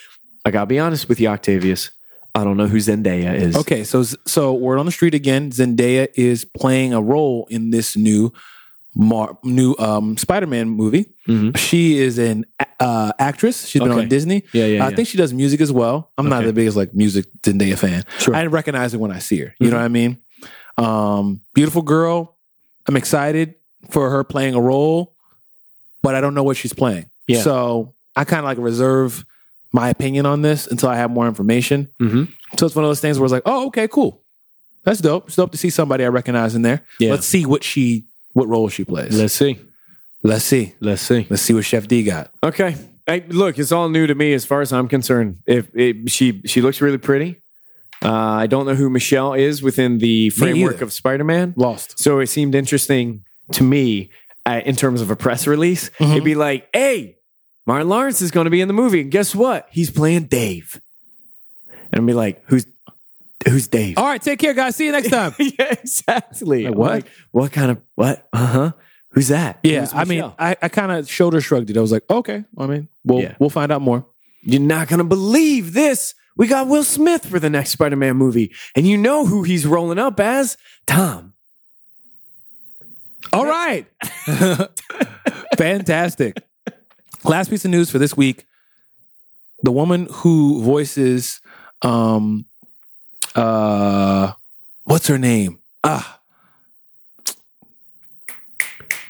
Speaker 2: I gotta be honest with you, Octavius. I don't know who Zendaya is.
Speaker 1: Okay, so so word on the street again. Zendaya is playing a role in this new Mar- new um, Spider-Man movie.
Speaker 2: Mhm.
Speaker 1: She is an a- uh, actress. She's been
Speaker 2: Okay.
Speaker 1: on Disney.
Speaker 2: Yeah, yeah,
Speaker 1: I
Speaker 2: yeah.
Speaker 1: think she does music as well. I'm not
Speaker 2: Okay.
Speaker 1: the biggest like music Zendaya fan.
Speaker 2: Sure. Mm-hmm.
Speaker 1: I recognize her when I see her. You know what I mean? Um, beautiful girl. I'm excited for her playing a role, but I don't know what she's playing.
Speaker 2: Yeah.
Speaker 1: So I kind of like reserve my opinion on this until I have more information.
Speaker 2: Mhm.
Speaker 1: So it's one of those things where it's like, oh, okay, cool. That's dope. It's dope to see somebody I recognize in there.
Speaker 2: Yeah.
Speaker 1: Let's see what she what role she plays. Let's,
Speaker 2: see.
Speaker 1: see.
Speaker 2: Let's see.
Speaker 1: Let's see what Chef D got.
Speaker 2: Okay. Hey, look, it's all new to me as far as I'm concerned. If it, she she looks really pretty, uh, I don't know who Michelle is within the framework
Speaker 1: either.
Speaker 2: of Spider-Man.
Speaker 1: Lost.
Speaker 2: So it seemed interesting to me uh, in terms of a press release. It'd be like, hey, Martin Lawrence is going to be in the movie. And guess what? He's playing Dave. And I'd be like, who's who's Dave?
Speaker 1: All right, take care, guys. See you next time.
Speaker 2: <laughs> yeah, exactly.
Speaker 1: Like,
Speaker 2: I'm
Speaker 1: what?
Speaker 2: Oh. Like, what kind of, what? Uh huh. Who's that?
Speaker 1: <laughs> yeah,
Speaker 2: Who's
Speaker 1: I mean,
Speaker 2: Michelle?
Speaker 1: I, I kind of shoulder shrugged it. I was like, okay, I mean, we'll
Speaker 2: Yeah.
Speaker 1: we'll find out more.
Speaker 2: you're not going to believe this. We got Will Smith for the next Spider Man movie. And you know who he's rolling up as? Tom.
Speaker 1: All right. <laughs> Fantastic. Last piece of news for this week. The woman who voices um uh what's her name? Ah.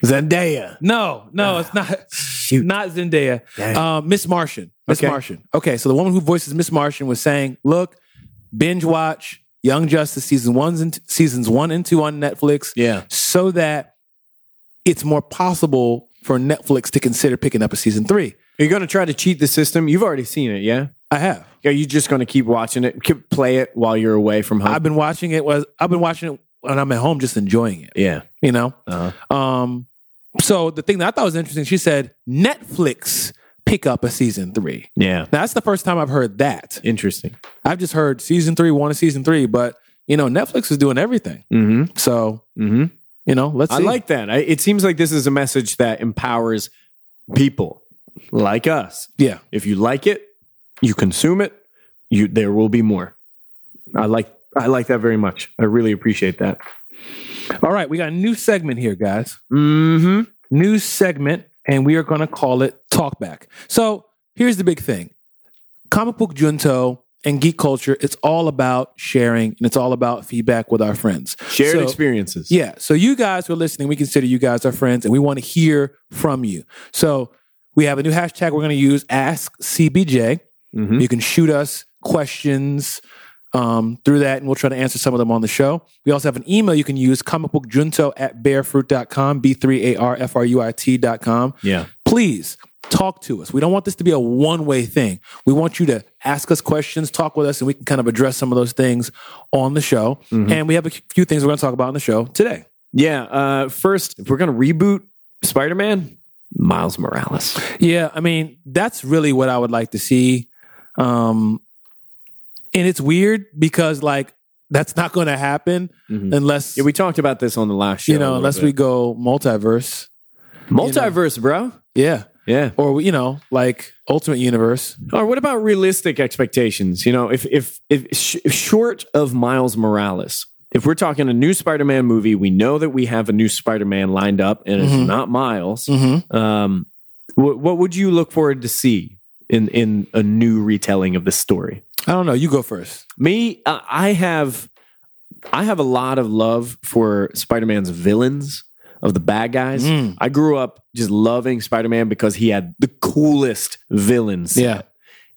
Speaker 2: Zendaya.
Speaker 1: No, no, it's not
Speaker 2: Shoot.
Speaker 1: not Zendaya.
Speaker 2: Dang.
Speaker 1: Um, Miss Martian. Miss
Speaker 2: Okay.
Speaker 1: Martian. Okay, so the woman who voices Miss Martian was saying, "Look, binge watch Young Justice season ones and seasons one and two on Netflix,
Speaker 2: yeah.
Speaker 1: so that it's more possible for Netflix to consider picking up a season three.
Speaker 2: You're going to try to cheat the system. You've already seen it, yeah?
Speaker 1: I have.
Speaker 2: Are you just going to keep watching it? Keep play it while you're away from home?
Speaker 1: I've been watching it. Was I've been watching it when I'm at home, just enjoying it.
Speaker 2: yeah.
Speaker 1: You know.
Speaker 2: Uh-huh.
Speaker 1: Um. So the thing that I thought was interesting, she said Netflix pick up a season three.
Speaker 2: Yeah.
Speaker 1: Now, that's the first time I've heard that.
Speaker 2: Interesting.
Speaker 1: I've just heard season three, one of season three, but you know, Netflix is doing everything.
Speaker 2: Mm
Speaker 1: So,
Speaker 2: hmm. Mm hmm.
Speaker 1: you know, let's see.
Speaker 2: I like that. I, it seems like this is a message that empowers people like us.
Speaker 1: yeah.
Speaker 2: If you like it, you consume it. You there will be more. I like I like that very much. I really appreciate that.
Speaker 1: All right, we got a new segment here, guys.
Speaker 2: Mm-hmm.
Speaker 1: New segment, and we are gonna call it Talkback. So here's the big thing. Comic book junto and geek culture, it's all about sharing and it's all about feedback with our friends.
Speaker 2: Shared
Speaker 1: So-
Speaker 2: experiences.
Speaker 1: Yeah. So you guys who are listening, we consider you guys our friends and we want to hear from you. So we have a new hashtag we're going to use, Ask CBJ.
Speaker 2: Mhm.
Speaker 1: You can shoot us questions um, through that and we'll try to answer some of them on the show. We also have an email you can use, comicbookjunto at barefruit.com, B3ARFRUIT.com
Speaker 2: Yeah.
Speaker 1: please talk to us. We don't want this to be a one way thing. We want you to ask us questions, talk with us, and we can kind of address some of those things on the show. And we have a few things we're going to talk about on the show today.
Speaker 2: Yeah. Uh, first, if we're gonna reboot Spider-Man, Miles Morales.
Speaker 1: Yeah, I mean, that's really what I would like to see. Um, and it's weird because, like, that's not going to happen
Speaker 2: Mhm.
Speaker 1: unless,
Speaker 2: Yeah, we talked about this on the last show.
Speaker 1: you know, unless we go multiverse.
Speaker 2: we multiverse, bro.
Speaker 1: Yeah.
Speaker 2: Yeah.
Speaker 1: Or, you know, like Ultimate Universe.
Speaker 2: Or what about realistic expectations? You know, if if if sh- short of Miles Morales, if we're talking a new Spider-Man movie, we know that we have a new Spider-Man lined up, and
Speaker 1: Mhm.
Speaker 2: it's not Miles.
Speaker 1: Mm-hmm.
Speaker 2: Um, wh- what would you look forward to see in in a new retelling of this story?
Speaker 1: I don't know. You go first.
Speaker 2: Me, uh, I have, I have a lot of love for Spider-Man's villains of the bad guys.
Speaker 1: Mm.
Speaker 2: I grew up just loving Spider-Man because he had the coolest villains
Speaker 1: Yeah.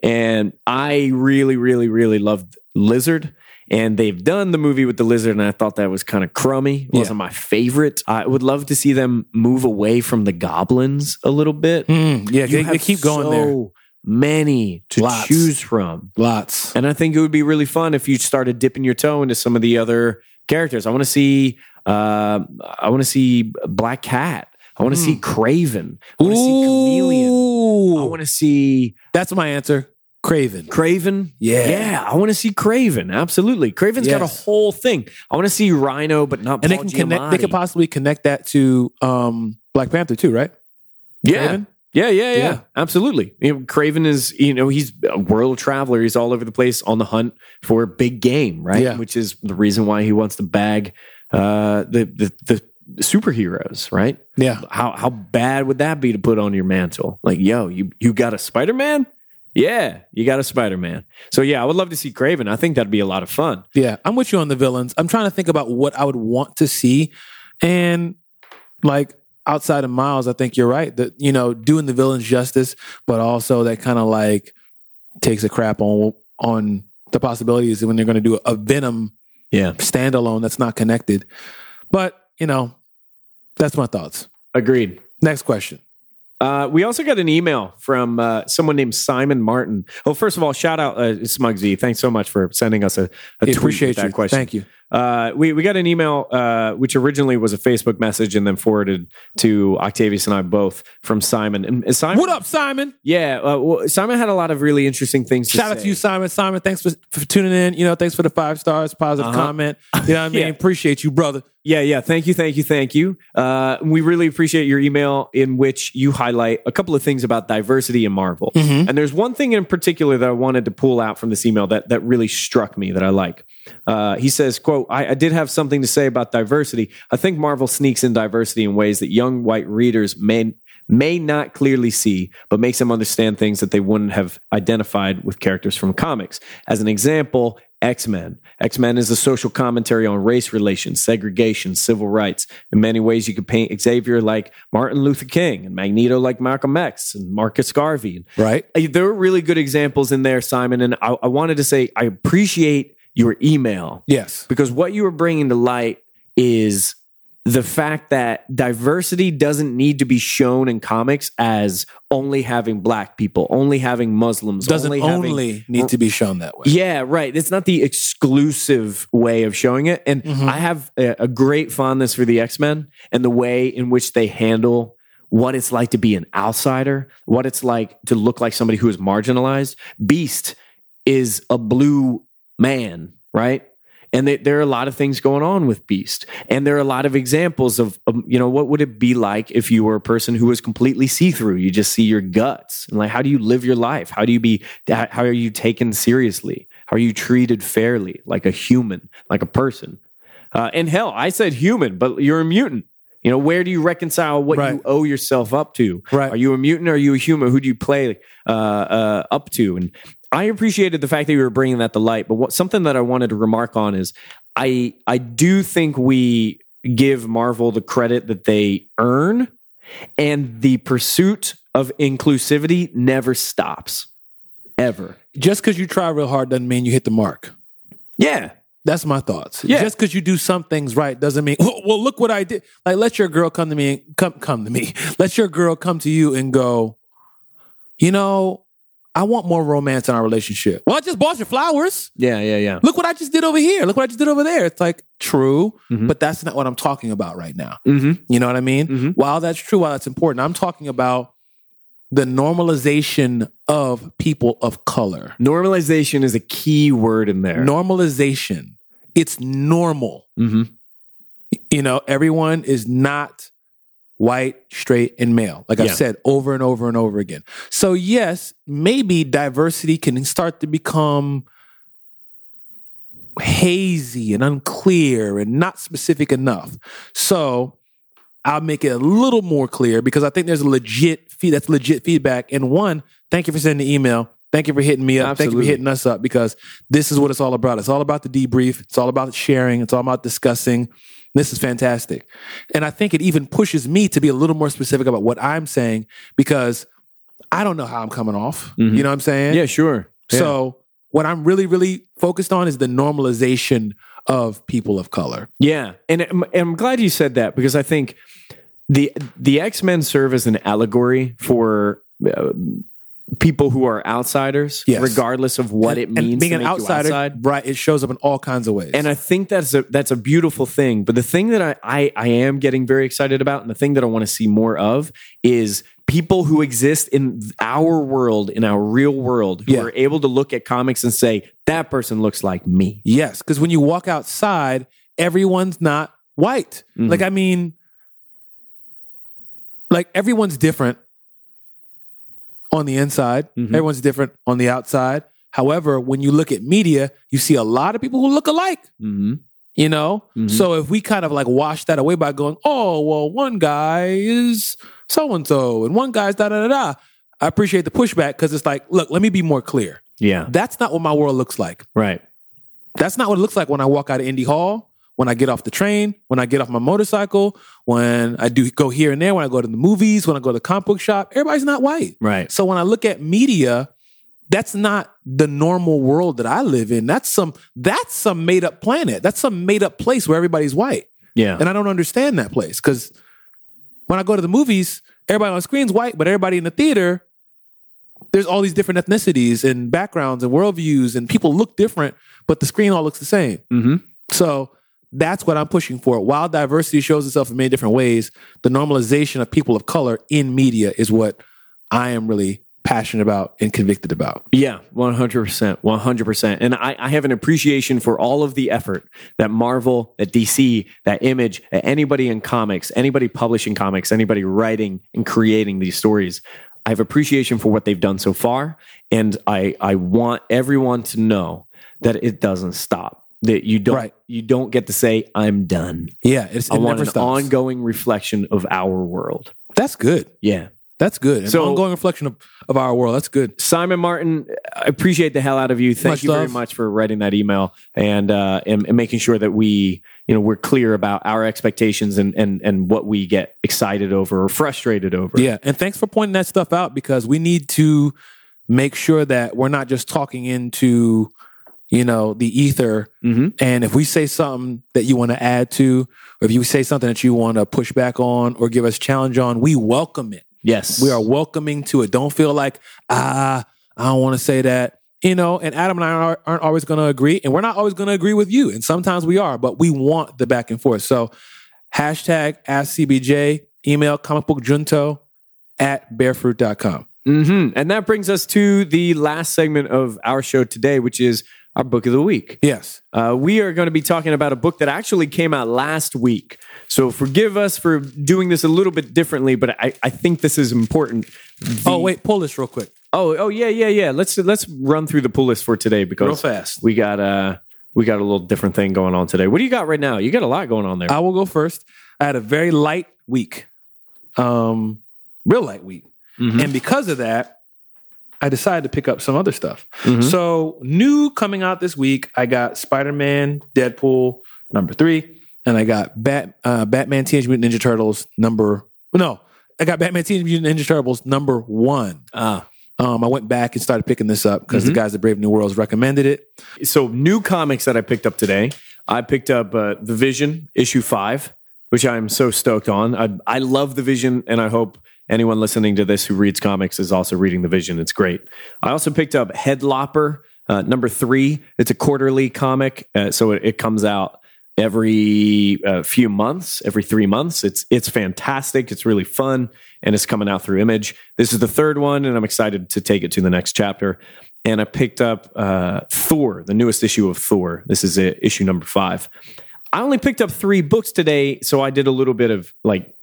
Speaker 2: and I really, really, really loved Lizard. And they've done the movie with the lizard, and I thought that was kind of crummy. It
Speaker 1: Yeah.
Speaker 2: wasn't my favorite. I would love to see them move away from the goblins a little bit.
Speaker 1: Mm. Yeah.
Speaker 2: You
Speaker 1: They, they
Speaker 2: have
Speaker 1: keep going
Speaker 2: so
Speaker 1: there.
Speaker 2: Many to
Speaker 1: Lots.
Speaker 2: choose from,
Speaker 1: Lots.
Speaker 2: and I think it would be really fun if you started dipping your toe into some of the other characters. I want to see. Uh, I want to see Black Cat. I want to
Speaker 1: Mm.
Speaker 2: see Craven. I want to see Chameleon. I want to see
Speaker 1: That's my answer. Craven.
Speaker 2: Craven.
Speaker 1: Yeah.
Speaker 2: Yeah. I want to see Craven. Absolutely. Craven's got a
Speaker 1: Yes.
Speaker 2: whole thing. I want to see Rhino, but not
Speaker 1: And they
Speaker 2: Paul
Speaker 1: can connect. They
Speaker 2: Giamatti.
Speaker 1: could possibly connect that to um, Black Panther too, right?
Speaker 2: yeah.
Speaker 1: Craven?
Speaker 2: yeah. Yeah. Yeah.
Speaker 1: Yeah.
Speaker 2: Absolutely. You know, Craven is, you know, he's a world traveler. He's all over the place on the hunt for big game, right?
Speaker 1: Yeah.
Speaker 2: Which is the reason why he wants to bag uh, the, the, the superheroes, right?
Speaker 1: Yeah.
Speaker 2: How, how bad would that be to put on your mantle? Like, yo, you, you got a Spider Man? Yeah, you got a Spider Man. So, yeah, I would love to see Craven. I think that'd be a lot of fun.
Speaker 1: Yeah. I'm with you on the villains. I'm trying to think about what I would want to see, and like outside of Miles, I think you're right. That you know, doing the villains justice, but also that kind of like takes a crap on on the possibilities when they're going to do a Venom
Speaker 2: Yeah.
Speaker 1: standalone that's not connected. But you know, that's my thoughts.
Speaker 2: Agreed.
Speaker 1: Next question.
Speaker 2: Uh, we also got an email from uh, someone named Simon Martin. Well, first of all, shout out uh, Smug Z. Thanks so much for sending us a, a tweet
Speaker 1: I
Speaker 2: with
Speaker 1: appreciate
Speaker 2: that
Speaker 1: you.
Speaker 2: question.
Speaker 1: Thank you.
Speaker 2: Uh, we, we got an email, uh, which originally was a Facebook message and then forwarded to Octavius and I both from Simon. And Simon,
Speaker 1: What up, Simon?
Speaker 2: Yeah, uh, well, Simon had a lot of really interesting things to
Speaker 1: Shout out
Speaker 2: say.
Speaker 1: to you, Simon. Simon, thanks for, for tuning in. You know, thanks for the five stars, positive
Speaker 2: Uh-huh.
Speaker 1: comment. You know
Speaker 2: <laughs>
Speaker 1: what I mean?
Speaker 2: Yeah.
Speaker 1: Appreciate you, brother.
Speaker 2: Yeah, yeah. Thank you, thank you, thank you. Uh, we really appreciate your email in which you highlight a couple of things about diversity in Marvel. And there's one thing in particular that I wanted to pull out from this email that that really struck me that I like. Uh, he says, "quote oh, I, I did have something to say about diversity. I think Marvel sneaks in diversity in ways that young white readers may may not clearly see, but makes them understand things that they wouldn't have identified with characters from comics. As an example, X Men. X Men is a social commentary on race relations, segregation, civil rights. In many ways, you could paint Xavier like Martin Luther King and Magneto like Malcolm X and Marcus Garvey.
Speaker 1: Right.
Speaker 2: Uh, There are really good examples in there, Simon. And I, I wanted to say, I appreciate your email
Speaker 1: Yes.
Speaker 2: because what you are bringing to light is the fact that diversity doesn't need to be shown in comics as only having black people, only having Muslims,
Speaker 1: Doesn't only,
Speaker 2: having-
Speaker 1: need to be shown that way.
Speaker 2: yeah, right. It's not the exclusive way of showing it. And
Speaker 1: Mhm.
Speaker 2: I have a, a great fondness for the X Men and the way in which they handle what it's like to be an outsider, what it's like to look like somebody who is marginalized. Beast is a blue man, right? And they, there are a lot of things going on with Beast, and there are a lot of examples of, of, you know, what would it be like if you were a person who was completely see through? You just see your guts, and like, how do you live your life? How do you be? How are you taken seriously? How are you treated fairly, like a human, like a person? Uh, and hell, I said human, but you're a mutant. You know, where do you reconcile what
Speaker 1: Right.
Speaker 2: you owe yourself up to?
Speaker 1: Right.
Speaker 2: Are you a mutant? Or are you a human? Who do you play uh, uh, up to? And I appreciated the fact that you were bringing that to light. But what something that I wanted to remark on is, I I do think we give Marvel the credit that they earn, and the pursuit of inclusivity never stops, ever.
Speaker 1: Just because you try real hard doesn't mean you hit the mark.
Speaker 2: Yeah,
Speaker 1: That's my thoughts.
Speaker 2: Yeah.
Speaker 1: Just because you do some things right doesn't mean. Well, well, look what I did. Like, let your girl come to me and come come to me. <laughs> Let your girl come to you and go. You know, I want more romance in our relationship. Well, I just bought your flowers.
Speaker 2: yeah, yeah, yeah.
Speaker 1: Look what I just did over here. Look what I just did over there. It's like true,
Speaker 2: Mhm.
Speaker 1: but that's not what I'm talking about right now.
Speaker 2: hmm
Speaker 1: You know what I mean?
Speaker 2: Mhm.
Speaker 1: While that's true, while that's important, I'm talking about the normalization of people of color.
Speaker 2: Normalization is a key word in there.
Speaker 1: Normalization. It's normal.
Speaker 2: hmm
Speaker 1: you know, everyone is not white, straight, and male. Like
Speaker 2: Yeah.
Speaker 1: I've said over and over and over again. So, yes, maybe diversity can start to become hazy and unclear and not specific enough. So, I'll make it a little more clear because I think there's a legit feed that's legit feedback. And one, thank you for sending the email. Thank you for hitting me up. Thank you
Speaker 2: Absolutely.
Speaker 1: for hitting us up because this is what it's all about. It's all about the debrief. It's all about sharing. It's all about discussing. This is fantastic. And I think it even pushes me to be a little more specific about what I'm saying because I don't know how I'm coming off.
Speaker 2: Mhm.
Speaker 1: You know what I'm saying?
Speaker 2: Yeah, sure. Yeah.
Speaker 1: So what I'm really, really focused on is the normalization of people of color.
Speaker 2: Yeah, and, I'm- and I'm glad you said that because I think the the X Men serve as an allegory for. Uh, People who are outsiders,
Speaker 1: Yes.
Speaker 2: regardless of what it
Speaker 1: And-
Speaker 2: means
Speaker 1: and being
Speaker 2: to
Speaker 1: an
Speaker 2: make you
Speaker 1: outsider,
Speaker 2: outside.
Speaker 1: right? It shows up in all kinds of ways.
Speaker 2: And I think that's a that's a beautiful thing. But the thing that I I, I am getting very excited about, and the thing that I want to see more of, is people who exist in our world, in our real world, who
Speaker 1: Yeah.
Speaker 2: are able to look at comics and say that person looks like me.
Speaker 1: yes, because when you walk outside, everyone's not white.
Speaker 2: Mhm.
Speaker 1: Like I mean, like everyone's different on the inside.
Speaker 2: Mhm.
Speaker 1: Everyone's different on the outside. However, when you look at media, you see a lot of people who look alike.
Speaker 2: Mm-hmm.
Speaker 1: you know
Speaker 2: Mhm.
Speaker 1: so if we kind of like wash that away by going oh well one guy is so and so and one guy's da da da da i appreciate the pushback because it's like look let me be more clear
Speaker 2: Yeah.
Speaker 1: that's not what my world looks like
Speaker 2: Right.
Speaker 1: that's not what it looks like when i walk out of indy hall when i get off the train when i get off my motorcycle when i do go here and there when i go to the movies when i go to the comic book shop everybody's not white
Speaker 2: Right.
Speaker 1: so when I look at media, that's not the normal world that I live in. That's some that's some made up planet. That's some made up place where everybody's white.
Speaker 2: Yeah.
Speaker 1: And I don't understand that place cuz when I go to the movies, everybody on screen's white, but everybody in the theater there's all these different ethnicities and backgrounds and worldviews and people look different, but the screen all looks the same.
Speaker 2: Mm-hmm.
Speaker 1: So that's what I'm pushing for. While diversity shows itself in many different ways, the normalization of people of color in media is what I am really passionate about and convicted about.
Speaker 2: Yeah, 100%. 100%. And I, I have an appreciation for all of the effort that Marvel, that DC, that Image, that anybody in comics, anybody publishing comics, anybody writing and creating these stories. I have appreciation for what they've done so far. And I, I want everyone to know that it doesn't stop. that you don't
Speaker 1: Right.
Speaker 2: you don't get to say I'm done.
Speaker 1: Yeah, it's it
Speaker 2: I want
Speaker 1: never
Speaker 2: an
Speaker 1: stops.
Speaker 2: ongoing reflection of our world.
Speaker 1: That's good.
Speaker 2: Yeah.
Speaker 1: That's good. An
Speaker 2: So-
Speaker 1: ongoing reflection of, of our world. That's good.
Speaker 2: Simon Martin, I appreciate the hell out of you. Thank
Speaker 1: Much
Speaker 2: you very
Speaker 1: love.
Speaker 2: much for writing that email and, uh, and and making sure that we you know we're clear about our expectations and and and what we get excited over or frustrated over.
Speaker 1: Yeah, and thanks for pointing that stuff out because we need to make sure that we're not just talking into you know the ether.
Speaker 2: Mhm.
Speaker 1: And if we say something that you want to add to, or if you say something that you want to push back on or give us challenge on, we welcome it.
Speaker 2: Yes.
Speaker 1: We are welcoming to it. Don't feel like, ah, I don't want to say that. You know, and Adam and I are, aren't always going to agree, and we're not always going to agree with you. And sometimes we are, but we want the back and forth. So, hashtag AskCBJ, email comicbookjunto at barefruit.com.
Speaker 2: hmm And that brings us to the last segment of our show today, which is our book of the week.
Speaker 1: Yes.
Speaker 2: Uh, we are going to be talking about a book that actually came out last week. So forgive us for doing this a little bit differently, but I, I think this is important. The-
Speaker 1: oh, wait, pull this real quick.
Speaker 2: Oh, oh yeah, yeah, yeah. Let's let's run through the pull list for today because
Speaker 1: Real fast.
Speaker 2: we got uh we got a little different thing going on today. What do you got right now? You got a lot going on there.
Speaker 1: I will go first. I had a very light week, um, real light week.
Speaker 2: Mhm.
Speaker 1: And because of that, I decided to pick up some other stuff.
Speaker 2: Mhm.
Speaker 1: So, new coming out this week, I got Spider Man, Deadpool, number three, and I got Bat, uh, Batman Teenage Mutant Ninja Turtles, number no, I got Batman Teenage Mutant Ninja Turtles, number one.
Speaker 2: Ah.
Speaker 1: Um, I went back and started picking this up because the guys at Brave New Worlds recommended it.
Speaker 2: so new comics that I picked up today. I picked up uh, The Vision issue five, which I'm so stoked on. I, I love The Vision, and I hope anyone listening to this who reads comics is also reading The Vision. It's great. I also picked up Headlopper uh, number three. It's a quarterly comic, uh, so it, it comes out every uh, few months, every three months. It's it's fantastic. It's really fun, and it's coming out through Image. This is the third one, and I'm excited to take it to the next chapter. And I picked up uh, Thor, the newest issue of Thor. This is it, issue number five. I only picked up three books today, so I did a little bit of like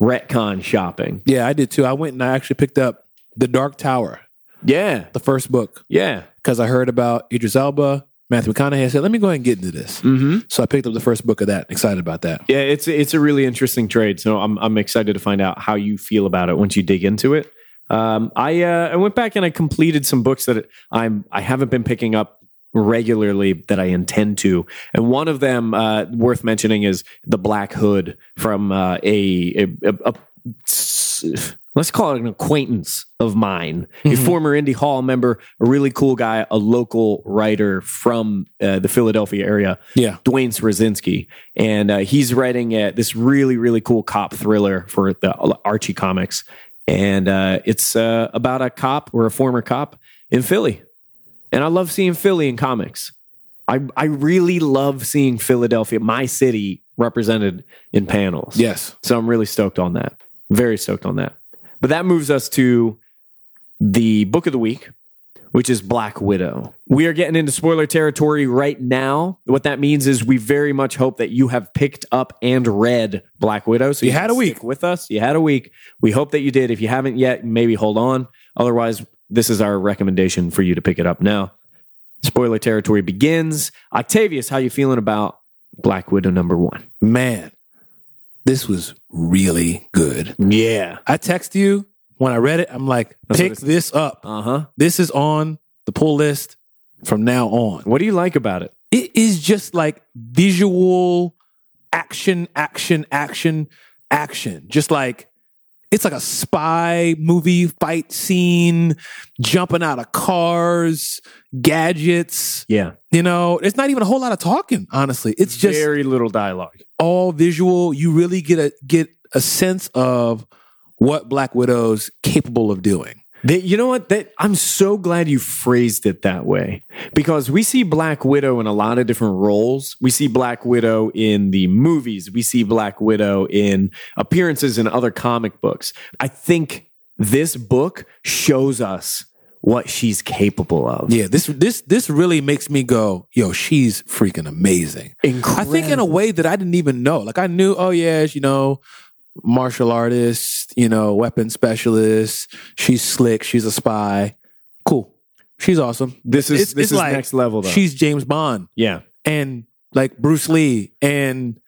Speaker 2: retcon shopping.
Speaker 1: Yeah, I did too. I went and I actually picked up The Dark Tower,
Speaker 2: Yeah,
Speaker 1: the first book,
Speaker 2: yeah.
Speaker 1: because I heard about Idris Elba, Matthew McConaughey. I said, let me go ahead and get into this.
Speaker 2: Mm-hmm.
Speaker 1: So I picked up the first book of that. Excited about that.
Speaker 2: Yeah, it's it's a really interesting trade. So I'm I'm excited to find out how you feel about it once you dig into it. Um, I uh, I went back and I completed some books that I'm I haven't been picking up regularly that I intend to, and one of them uh, worth mentioning is the Black Hood from uh, a, a, a, a s- let's call it an acquaintance of mine, a
Speaker 1: Mhm.
Speaker 2: former Indy Hall member, a really cool guy, a local writer from uh, the Philadelphia area.
Speaker 1: Yeah.
Speaker 2: Dwayne Swazinski, and uh, he's writing uh this really really cool cop thriller for the uh, Archie comics, and uh, it's uh, about a cop or a former cop in Philly, and I love seeing Philly in comics. I I really love seeing Philadelphia, my city, represented in panels.
Speaker 1: Yes.
Speaker 2: So I'm really stoked on that. Very stoked on that. But that moves us to the book of the week, which is Black Widow. We are getting into spoiler territory right now. What that means is we very much hope that you have picked up and read Black Widow. So
Speaker 1: You had
Speaker 2: can
Speaker 1: a week.
Speaker 2: stick with us. You had a week. We hope that you did. If you haven't yet, maybe hold on. Otherwise, this is our recommendation for you to pick it up now. Spoiler territory begins. Octavius, how you feeling about Black Widow number one?
Speaker 1: Man, this was really good.
Speaker 2: Yeah.
Speaker 1: I text you when I read it. I'm like,
Speaker 2: That's what
Speaker 1: pick
Speaker 2: it's-
Speaker 1: this up.
Speaker 2: Uh huh.
Speaker 1: This is on the pull list from now on.
Speaker 2: What do you like about it?
Speaker 1: It is just like visual action, action, action, action. Just like it's like a spy movie fight scene, jumping out of cars, gadgets.
Speaker 2: Yeah.
Speaker 1: You know, it's not even a whole lot of talking, honestly. It's just
Speaker 2: very little dialogue.
Speaker 1: all visual. You really get a get a sense of what Black Widow's capable of doing.
Speaker 2: That- you know what? That I'm so glad you phrased it that way because we see Black Widow in a lot of different roles. We see Black Widow in the movies. We see Black Widow in appearances in other comic books. I think this book shows us what she's capable of.
Speaker 1: Yeah, this this this really makes me go, yo, she's freaking amazing. I
Speaker 2: Incredible.
Speaker 1: think in a way that I didn't even know. Like I knew, oh yeah, you know, martial artist, you know, weapon specialist. She's slick. She's a spy. Cool. She's awesome.
Speaker 2: this is
Speaker 1: It's-
Speaker 2: this
Speaker 1: it's
Speaker 2: is
Speaker 1: like
Speaker 2: next level though.
Speaker 1: She's James Bond.
Speaker 2: yeah.
Speaker 1: and like Bruce Lee and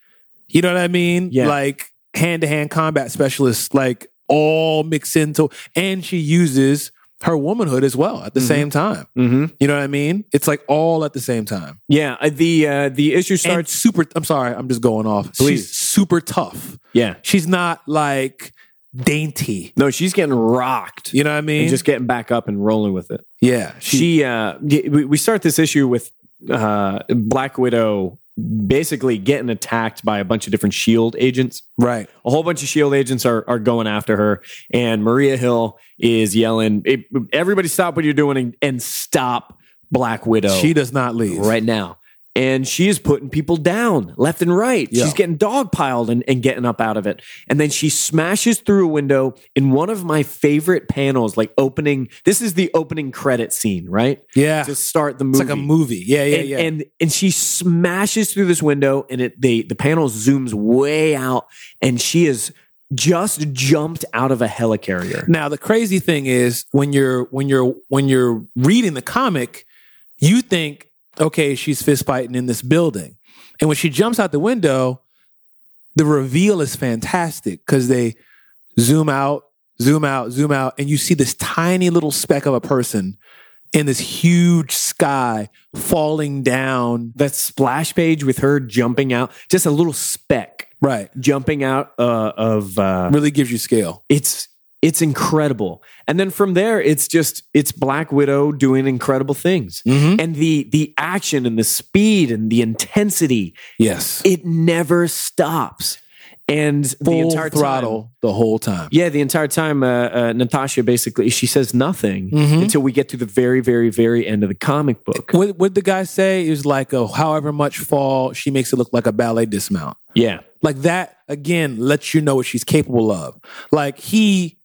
Speaker 1: you know what I mean?
Speaker 2: Yeah.
Speaker 1: Like hand to hand combat specialists, like all mixed into, and she uses her womanhood as well at the
Speaker 2: Mhm.
Speaker 1: same time.
Speaker 2: Mm-hmm.
Speaker 1: You know what I mean? It's like all at the same time.
Speaker 2: Yeah, uh, the uh, the issue
Speaker 1: And
Speaker 2: starts.
Speaker 1: super, I'm sorry, I'm just going off.
Speaker 2: Please.
Speaker 1: She's super tough.
Speaker 2: yeah,
Speaker 1: She's not like dainty.
Speaker 2: no, she's getting rocked
Speaker 1: You know what I mean?
Speaker 2: and just getting back up and rolling with it.
Speaker 1: yeah.
Speaker 2: she, uh y- we we start this issue with uh black widow basically getting attacked by a bunch of different shield E agents
Speaker 1: right.
Speaker 2: a whole bunch of shield E agents are are going after her and maria hill is yelling "Hey, everybody stop what you're doing and, and stop black widow
Speaker 1: She does not leave.
Speaker 2: right now and she is putting people down left and right.
Speaker 1: Yeah.
Speaker 2: She's getting dogpiled and, and getting up out of it. And then she smashes through a window in one of my favorite panels, like opening. This is the opening credit scene, right?
Speaker 1: Yeah.
Speaker 2: to start the movie.
Speaker 1: it's like a movie. Yeah, yeah,
Speaker 2: and,
Speaker 1: yeah.
Speaker 2: and and she smashes through this window, and it they the panel zooms way out, and she is just jumped out of a helicarrier.
Speaker 1: Now the crazy thing is when you're when you're when you're reading the comic, you think, okay, she's fist fighting in this building. And when she jumps out the window, the reveal is fantastic because they zoom out, zoom out, zoom out, and you see this tiny little speck of a person in this huge sky falling down.
Speaker 2: That splash page with her jumping out, just a little speck
Speaker 1: Right.
Speaker 2: jumping out uh, of uh,
Speaker 1: Really gives you scale.
Speaker 2: it's it's incredible. And then from there, it's just it's Black Widow doing incredible things.
Speaker 1: Mm-hmm.
Speaker 2: And the the action and the speed and the intensity,
Speaker 1: Yes.
Speaker 2: it never stops. And the
Speaker 1: Full
Speaker 2: entire
Speaker 1: throttle
Speaker 2: Time,
Speaker 1: the whole time.
Speaker 2: yeah, the entire time, uh, uh, Natasha basically she says nothing
Speaker 1: Mhm.
Speaker 2: until we get to the very, very, very end of the comic book.
Speaker 1: What what the guy say is like a however much fall she makes it look like a ballet dismount.
Speaker 2: Yeah,
Speaker 1: Like that again lets you know what she's capable of. Like he,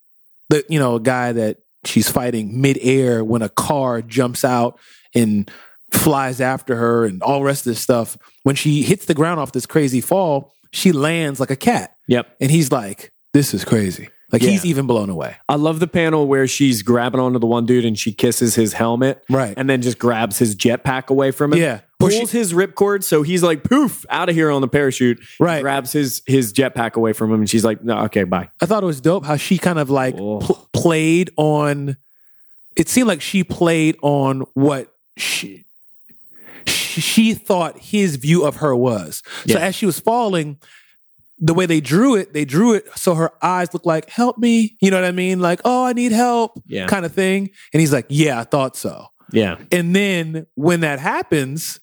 Speaker 1: the you know a guy that she's fighting midair when a car jumps out and flies after her and all the rest of this stuff. When she hits the ground off this crazy fall, she lands like a cat,
Speaker 2: yep.
Speaker 1: and he's like, "This is crazy." Like he's even blown away.
Speaker 2: I love the panel where she's grabbing onto the one dude and she kisses his helmet,
Speaker 1: Right.
Speaker 2: and then just grabs his jetpack away from him.
Speaker 1: Yeah. Or
Speaker 2: pulls
Speaker 1: she-
Speaker 2: his ripcord, so he's like poof out of here on the parachute.
Speaker 1: Right.
Speaker 2: grabs his his jetpack away from him, and she's like, "No, okay, bye."
Speaker 1: I thought it was dope how she kind of like
Speaker 2: Oh.
Speaker 1: pl- played on. It seemed like she played on what she sh- she thought his view of her was. So
Speaker 2: Yeah.
Speaker 1: as she was falling, the way they drew it, they drew it so her eyes looked like "Help me," you know what I mean? Like "Oh, I need help,"
Speaker 2: Yeah.
Speaker 1: kind of thing. And he's like, "Yeah, I thought so."
Speaker 2: Yeah,
Speaker 1: And then when that happens,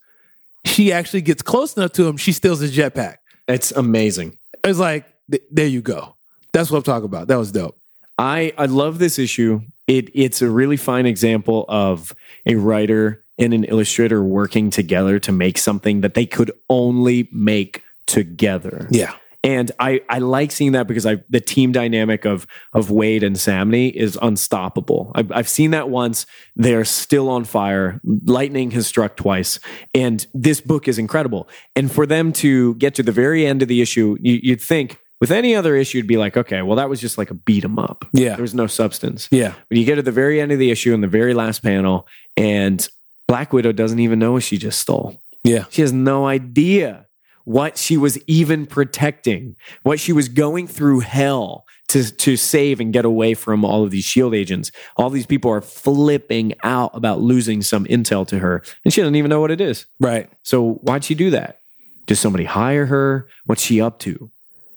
Speaker 1: she actually gets close enough to him. She steals his jetpack.
Speaker 2: it's amazing.
Speaker 1: It's like, th- there you go. That's what I'm talking about. That was dope.
Speaker 2: I I love this issue. It it's a really fine example of a writer and an illustrator working together to make something that they could only make together.
Speaker 1: Yeah.
Speaker 2: And I, I like seeing that because I the team dynamic of of Wade and Samney is unstoppable. I've, I've seen that once. They're still on fire. Lightning has struck twice, and this book is incredible. And for them to get to the very end of the issue, you, you'd think with any other issue, you'd be like, okay, well that was just like a beat 'em up.
Speaker 1: Yeah.
Speaker 2: There was no substance.
Speaker 1: Yeah.
Speaker 2: But you get to the very end of the issue in the very last panel, and Black Widow doesn't even know what she just stole.
Speaker 1: Yeah.
Speaker 2: She has no idea what she was even protecting, what she was going through hell to, to save and get away from all of these shield E agents. All these people are flipping out about losing some intel to her, and she doesn't even know what it is.
Speaker 1: Right.
Speaker 2: So why'd she do that? Does somebody hire her? What's she up to?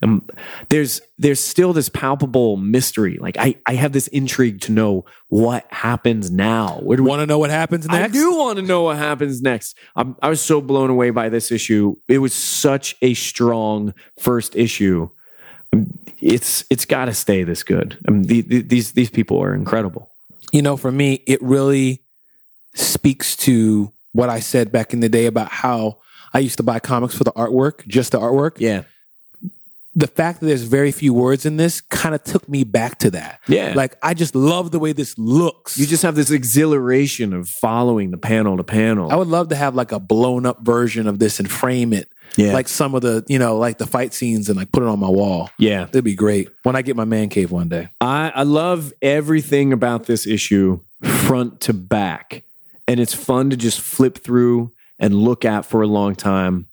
Speaker 2: Um, there's there's still this palpable mystery. Like I I have this intrigue to know what happens now. Where do we
Speaker 1: Want to know what happens next?
Speaker 2: I do want to know what happens next. I'm, I was so blown away by this issue. It was such a strong first issue. It's it's got to stay this good. I mean, the, the, these these people are incredible.
Speaker 1: You know, for me, it really speaks to what I said back in the day about how I used to buy comics for the artwork, just the artwork.
Speaker 2: Yeah,
Speaker 1: The fact that there's very few words in this kind of took me back to that.
Speaker 2: yeah. Like
Speaker 1: Like, I just love the way this looks.
Speaker 2: you just have this exhilaration of following the panel to panel.
Speaker 1: I would love to have like a blown up version of this and frame it
Speaker 2: yeah,
Speaker 1: like some of the, you know, like the fight scenes and like put it on my wall.
Speaker 2: yeah.
Speaker 1: That'd be great when I get my man cave one day.
Speaker 2: I, I love everything about this issue front to back. And it's fun to just flip through and look at for a long time.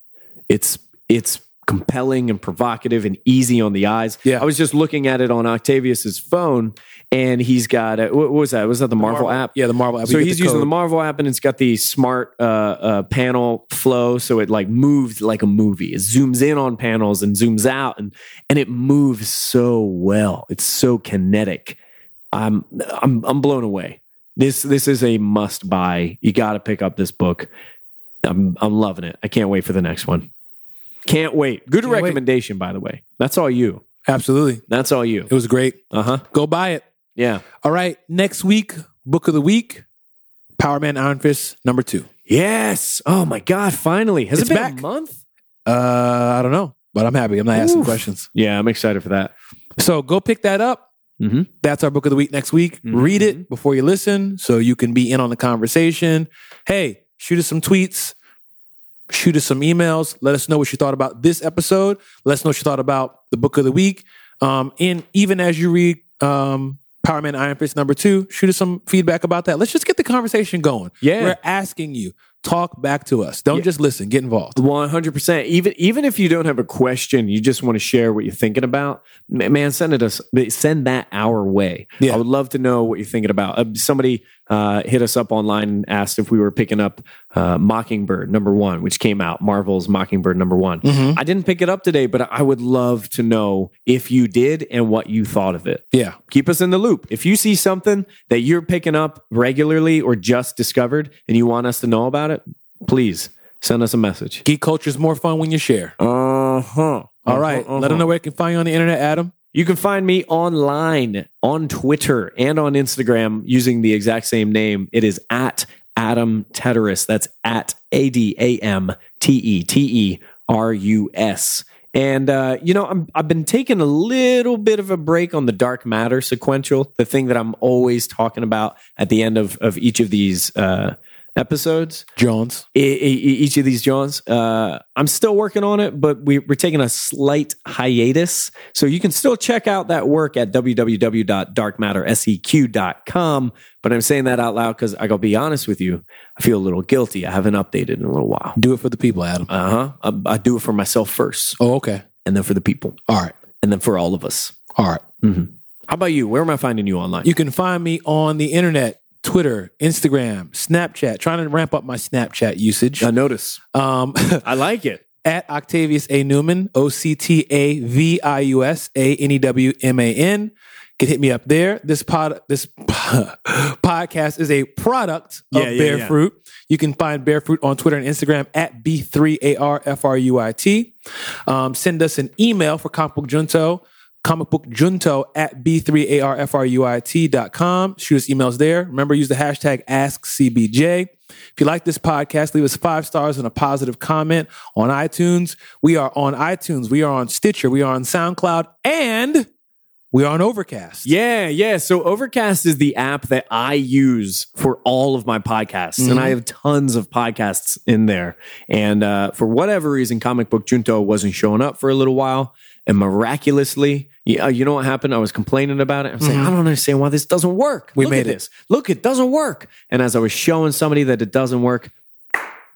Speaker 2: It's it's compelling and provocative and easy on the eyes.
Speaker 1: Yeah.
Speaker 2: I was just looking at it on Octavius's phone, and he's got a, what what was that? Was that the Marvel, app?
Speaker 1: Yeah, the Marvel app.
Speaker 2: So he's using the Marvel app, and it's got the smart uh, uh, panel flow, so it like moves like a movie. It zooms in on panels and zooms out, and and it moves so well. It's so kinetic. I'm I'm I'm blown away. This this is a must buy. You got to pick up this book. I'm I'm loving it. I can't wait for the next one. Can't wait. Good
Speaker 1: Can't wait.
Speaker 2: recommendation, by the way. That's all you.
Speaker 1: Absolutely.
Speaker 2: That's all you.
Speaker 1: It was great.
Speaker 2: Uh huh.
Speaker 1: Go buy it.
Speaker 2: Yeah.
Speaker 1: All right. Next week, book of the week, Power Man Iron Fist number two.
Speaker 2: Yes. Oh my God. Finally. Has
Speaker 1: It's
Speaker 2: it been
Speaker 1: back.
Speaker 2: a month?
Speaker 1: Uh, I don't know, but I'm happy. I'm not asking
Speaker 2: Oof.
Speaker 1: questions.
Speaker 2: Yeah, I'm excited for that.
Speaker 1: So go pick that up.
Speaker 2: Mhm.
Speaker 1: That's our book of the week next week. Read it before you listen so you can be in on the conversation. Hey, shoot us some tweets, shoot us some emails. Let us know what you thought about this episode. Let us know what you thought about the book of the week. Um, and even as you read um, Power Man Iron Fist number two, shoot us some feedback about that. Let's just get the conversation going.
Speaker 2: Yeah.
Speaker 1: We're asking you. Talk back to us. Don't just listen, get involved.
Speaker 2: One hundred percent. Even even if you don't have a question, you just want to share what you're thinking about. ma- Man, send it us. Send that our way.
Speaker 1: Yeah.
Speaker 2: I would love to know what you're thinking about. Uh, somebody uh, hit us up online and asked if we were picking up uh, Mockingbird number one, which came out. Marvel's Mockingbird number one. I didn't pick it up today, but I would love to know if you did and what you thought of it
Speaker 1: Yeah.
Speaker 2: keep us in the loop. If you see something that you're picking up regularly or just discovered and you want us to know about it, please send us a message.
Speaker 1: Geek culture is more fun when you share.
Speaker 2: Uh huh.
Speaker 1: All right. Let them know where they can find you on the internet, Adam.
Speaker 2: You can find me online on Twitter and on Instagram using the exact same name. It is at Adam Teterus. That's at A D A M T E T E R U S. And uh, you know, I'm, I've been taking a little bit of a break on the dark matter sequential, the thing that I'm always talking about at the end of of each of these uh, episodes
Speaker 1: Jones.
Speaker 2: e- e- each of these Johns. Uh, I'm still working on it, but we, we're taking a slight hiatus. So you can still check out that work at E www.darkmatterseq.com. But I'm saying that out loud because I gotta be honest with you, I feel a little guilty. I haven't updated in a little while.
Speaker 1: Do it for the people, Adam.
Speaker 2: Uh huh. I, I do it for myself first,
Speaker 1: Oh, okay.
Speaker 2: and then for the people,
Speaker 1: All right.
Speaker 2: and then for all of us. Mm-hmm.
Speaker 1: All right.
Speaker 2: How about you? Where am I finding you online?
Speaker 1: You can find me on the internet, Twitter, Instagram, Snapchat, trying to ramp up my Snapchat usage.
Speaker 2: I notice.
Speaker 1: Um, <laughs>
Speaker 2: I like it.
Speaker 1: at Octavius A. Newman, O C T A V I U S A N E W M A N. Can hit me up there. This pod, this <laughs> podcast is a product of
Speaker 2: Yeah, yeah,
Speaker 1: Bear
Speaker 2: yeah.
Speaker 1: Fruit. You can find Bear Fruit on Twitter and Instagram at B3ARFRUIT. Um, send us an email for comic book junto, comic book junto at B3ARFRUIT.com. Shoot us emails there. Remember, use the hashtag AskCBJ. If you like this podcast, leave us five stars and a positive comment on iTunes. We are on iTunes, we are on Stitcher, we are on SoundCloud, and we are on Overcast.
Speaker 2: Yeah, yeah. So Overcast is the app that I use for all of my podcasts, and
Speaker 1: Mm-hmm.
Speaker 2: I have tons of podcasts in there. And uh, for whatever reason, Comic Book Junto wasn't showing up for a little while, and miraculously, yeah, you know what happened? I was complaining about it. I'm saying I don't understand why this doesn't work.
Speaker 1: Mm-hmm. We
Speaker 2: Look
Speaker 1: made
Speaker 2: at
Speaker 1: it.
Speaker 2: this. Look, it doesn't work. And as I was showing somebody that it doesn't work,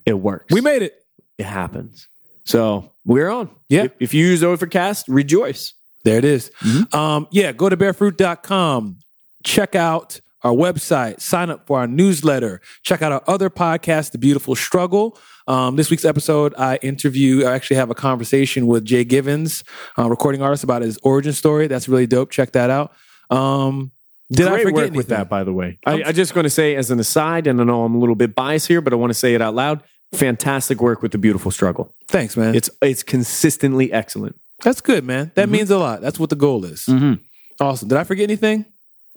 Speaker 2: it works.
Speaker 1: We made it.
Speaker 2: it happens. So we're on.
Speaker 1: Yeah.
Speaker 2: If, if you use Overcast, rejoice.
Speaker 1: There it is.
Speaker 2: Mm-hmm.
Speaker 1: Um, yeah, go to barefruit.com. Check out our website. Sign up for our newsletter. Check out our other podcast, The Beautiful Struggle. Um, this week's episode, I interview, I actually have a conversation with Jay Givens, uh, recording artist, about his origin story. That's really dope. Check that out. Um, did I
Speaker 2: Great
Speaker 1: forget
Speaker 2: work
Speaker 1: anything?
Speaker 2: with that, by the way. I, I just going to say as an aside, and I know I'm a little bit biased here, but I want to say it out loud. Fantastic work with the beautiful struggle.
Speaker 1: Thanks, man.
Speaker 2: It's Mm-hmm. it's consistently excellent.
Speaker 1: That's good, man. That means a lot. That's what the goal is.
Speaker 2: Mhm.
Speaker 1: Awesome. Did I forget anything?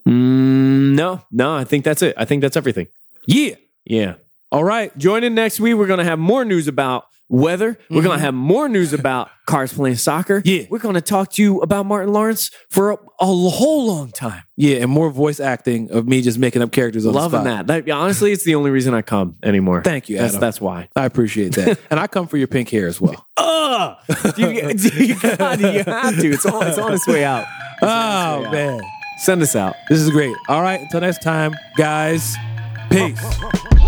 Speaker 2: Mm, no, no, I think that's it. I think that's everything.
Speaker 1: Yeah.
Speaker 2: Yeah.
Speaker 1: All right.
Speaker 2: Join in next week. We're going to have more news about weather. We're going to have more news about cars playing soccer.
Speaker 1: Yeah.
Speaker 2: We're going to talk to you about Martin Lawrence for a, a whole long time.
Speaker 1: Yeah, and more voice acting of me just making up characters on the
Speaker 2: Loving
Speaker 1: spot.
Speaker 2: that. that. Honestly, it's the only reason I come anymore.
Speaker 1: Thank you,
Speaker 2: That's,
Speaker 1: Adam.
Speaker 2: that's why.
Speaker 1: I appreciate that. and I come for your pink hair as well.
Speaker 2: Ugh! <laughs> Do you, do you, God, you have to. It's on, it's on its way out.
Speaker 1: oh, man.
Speaker 2: Send us out.
Speaker 1: This is great. All right, until next time, guys. Peace.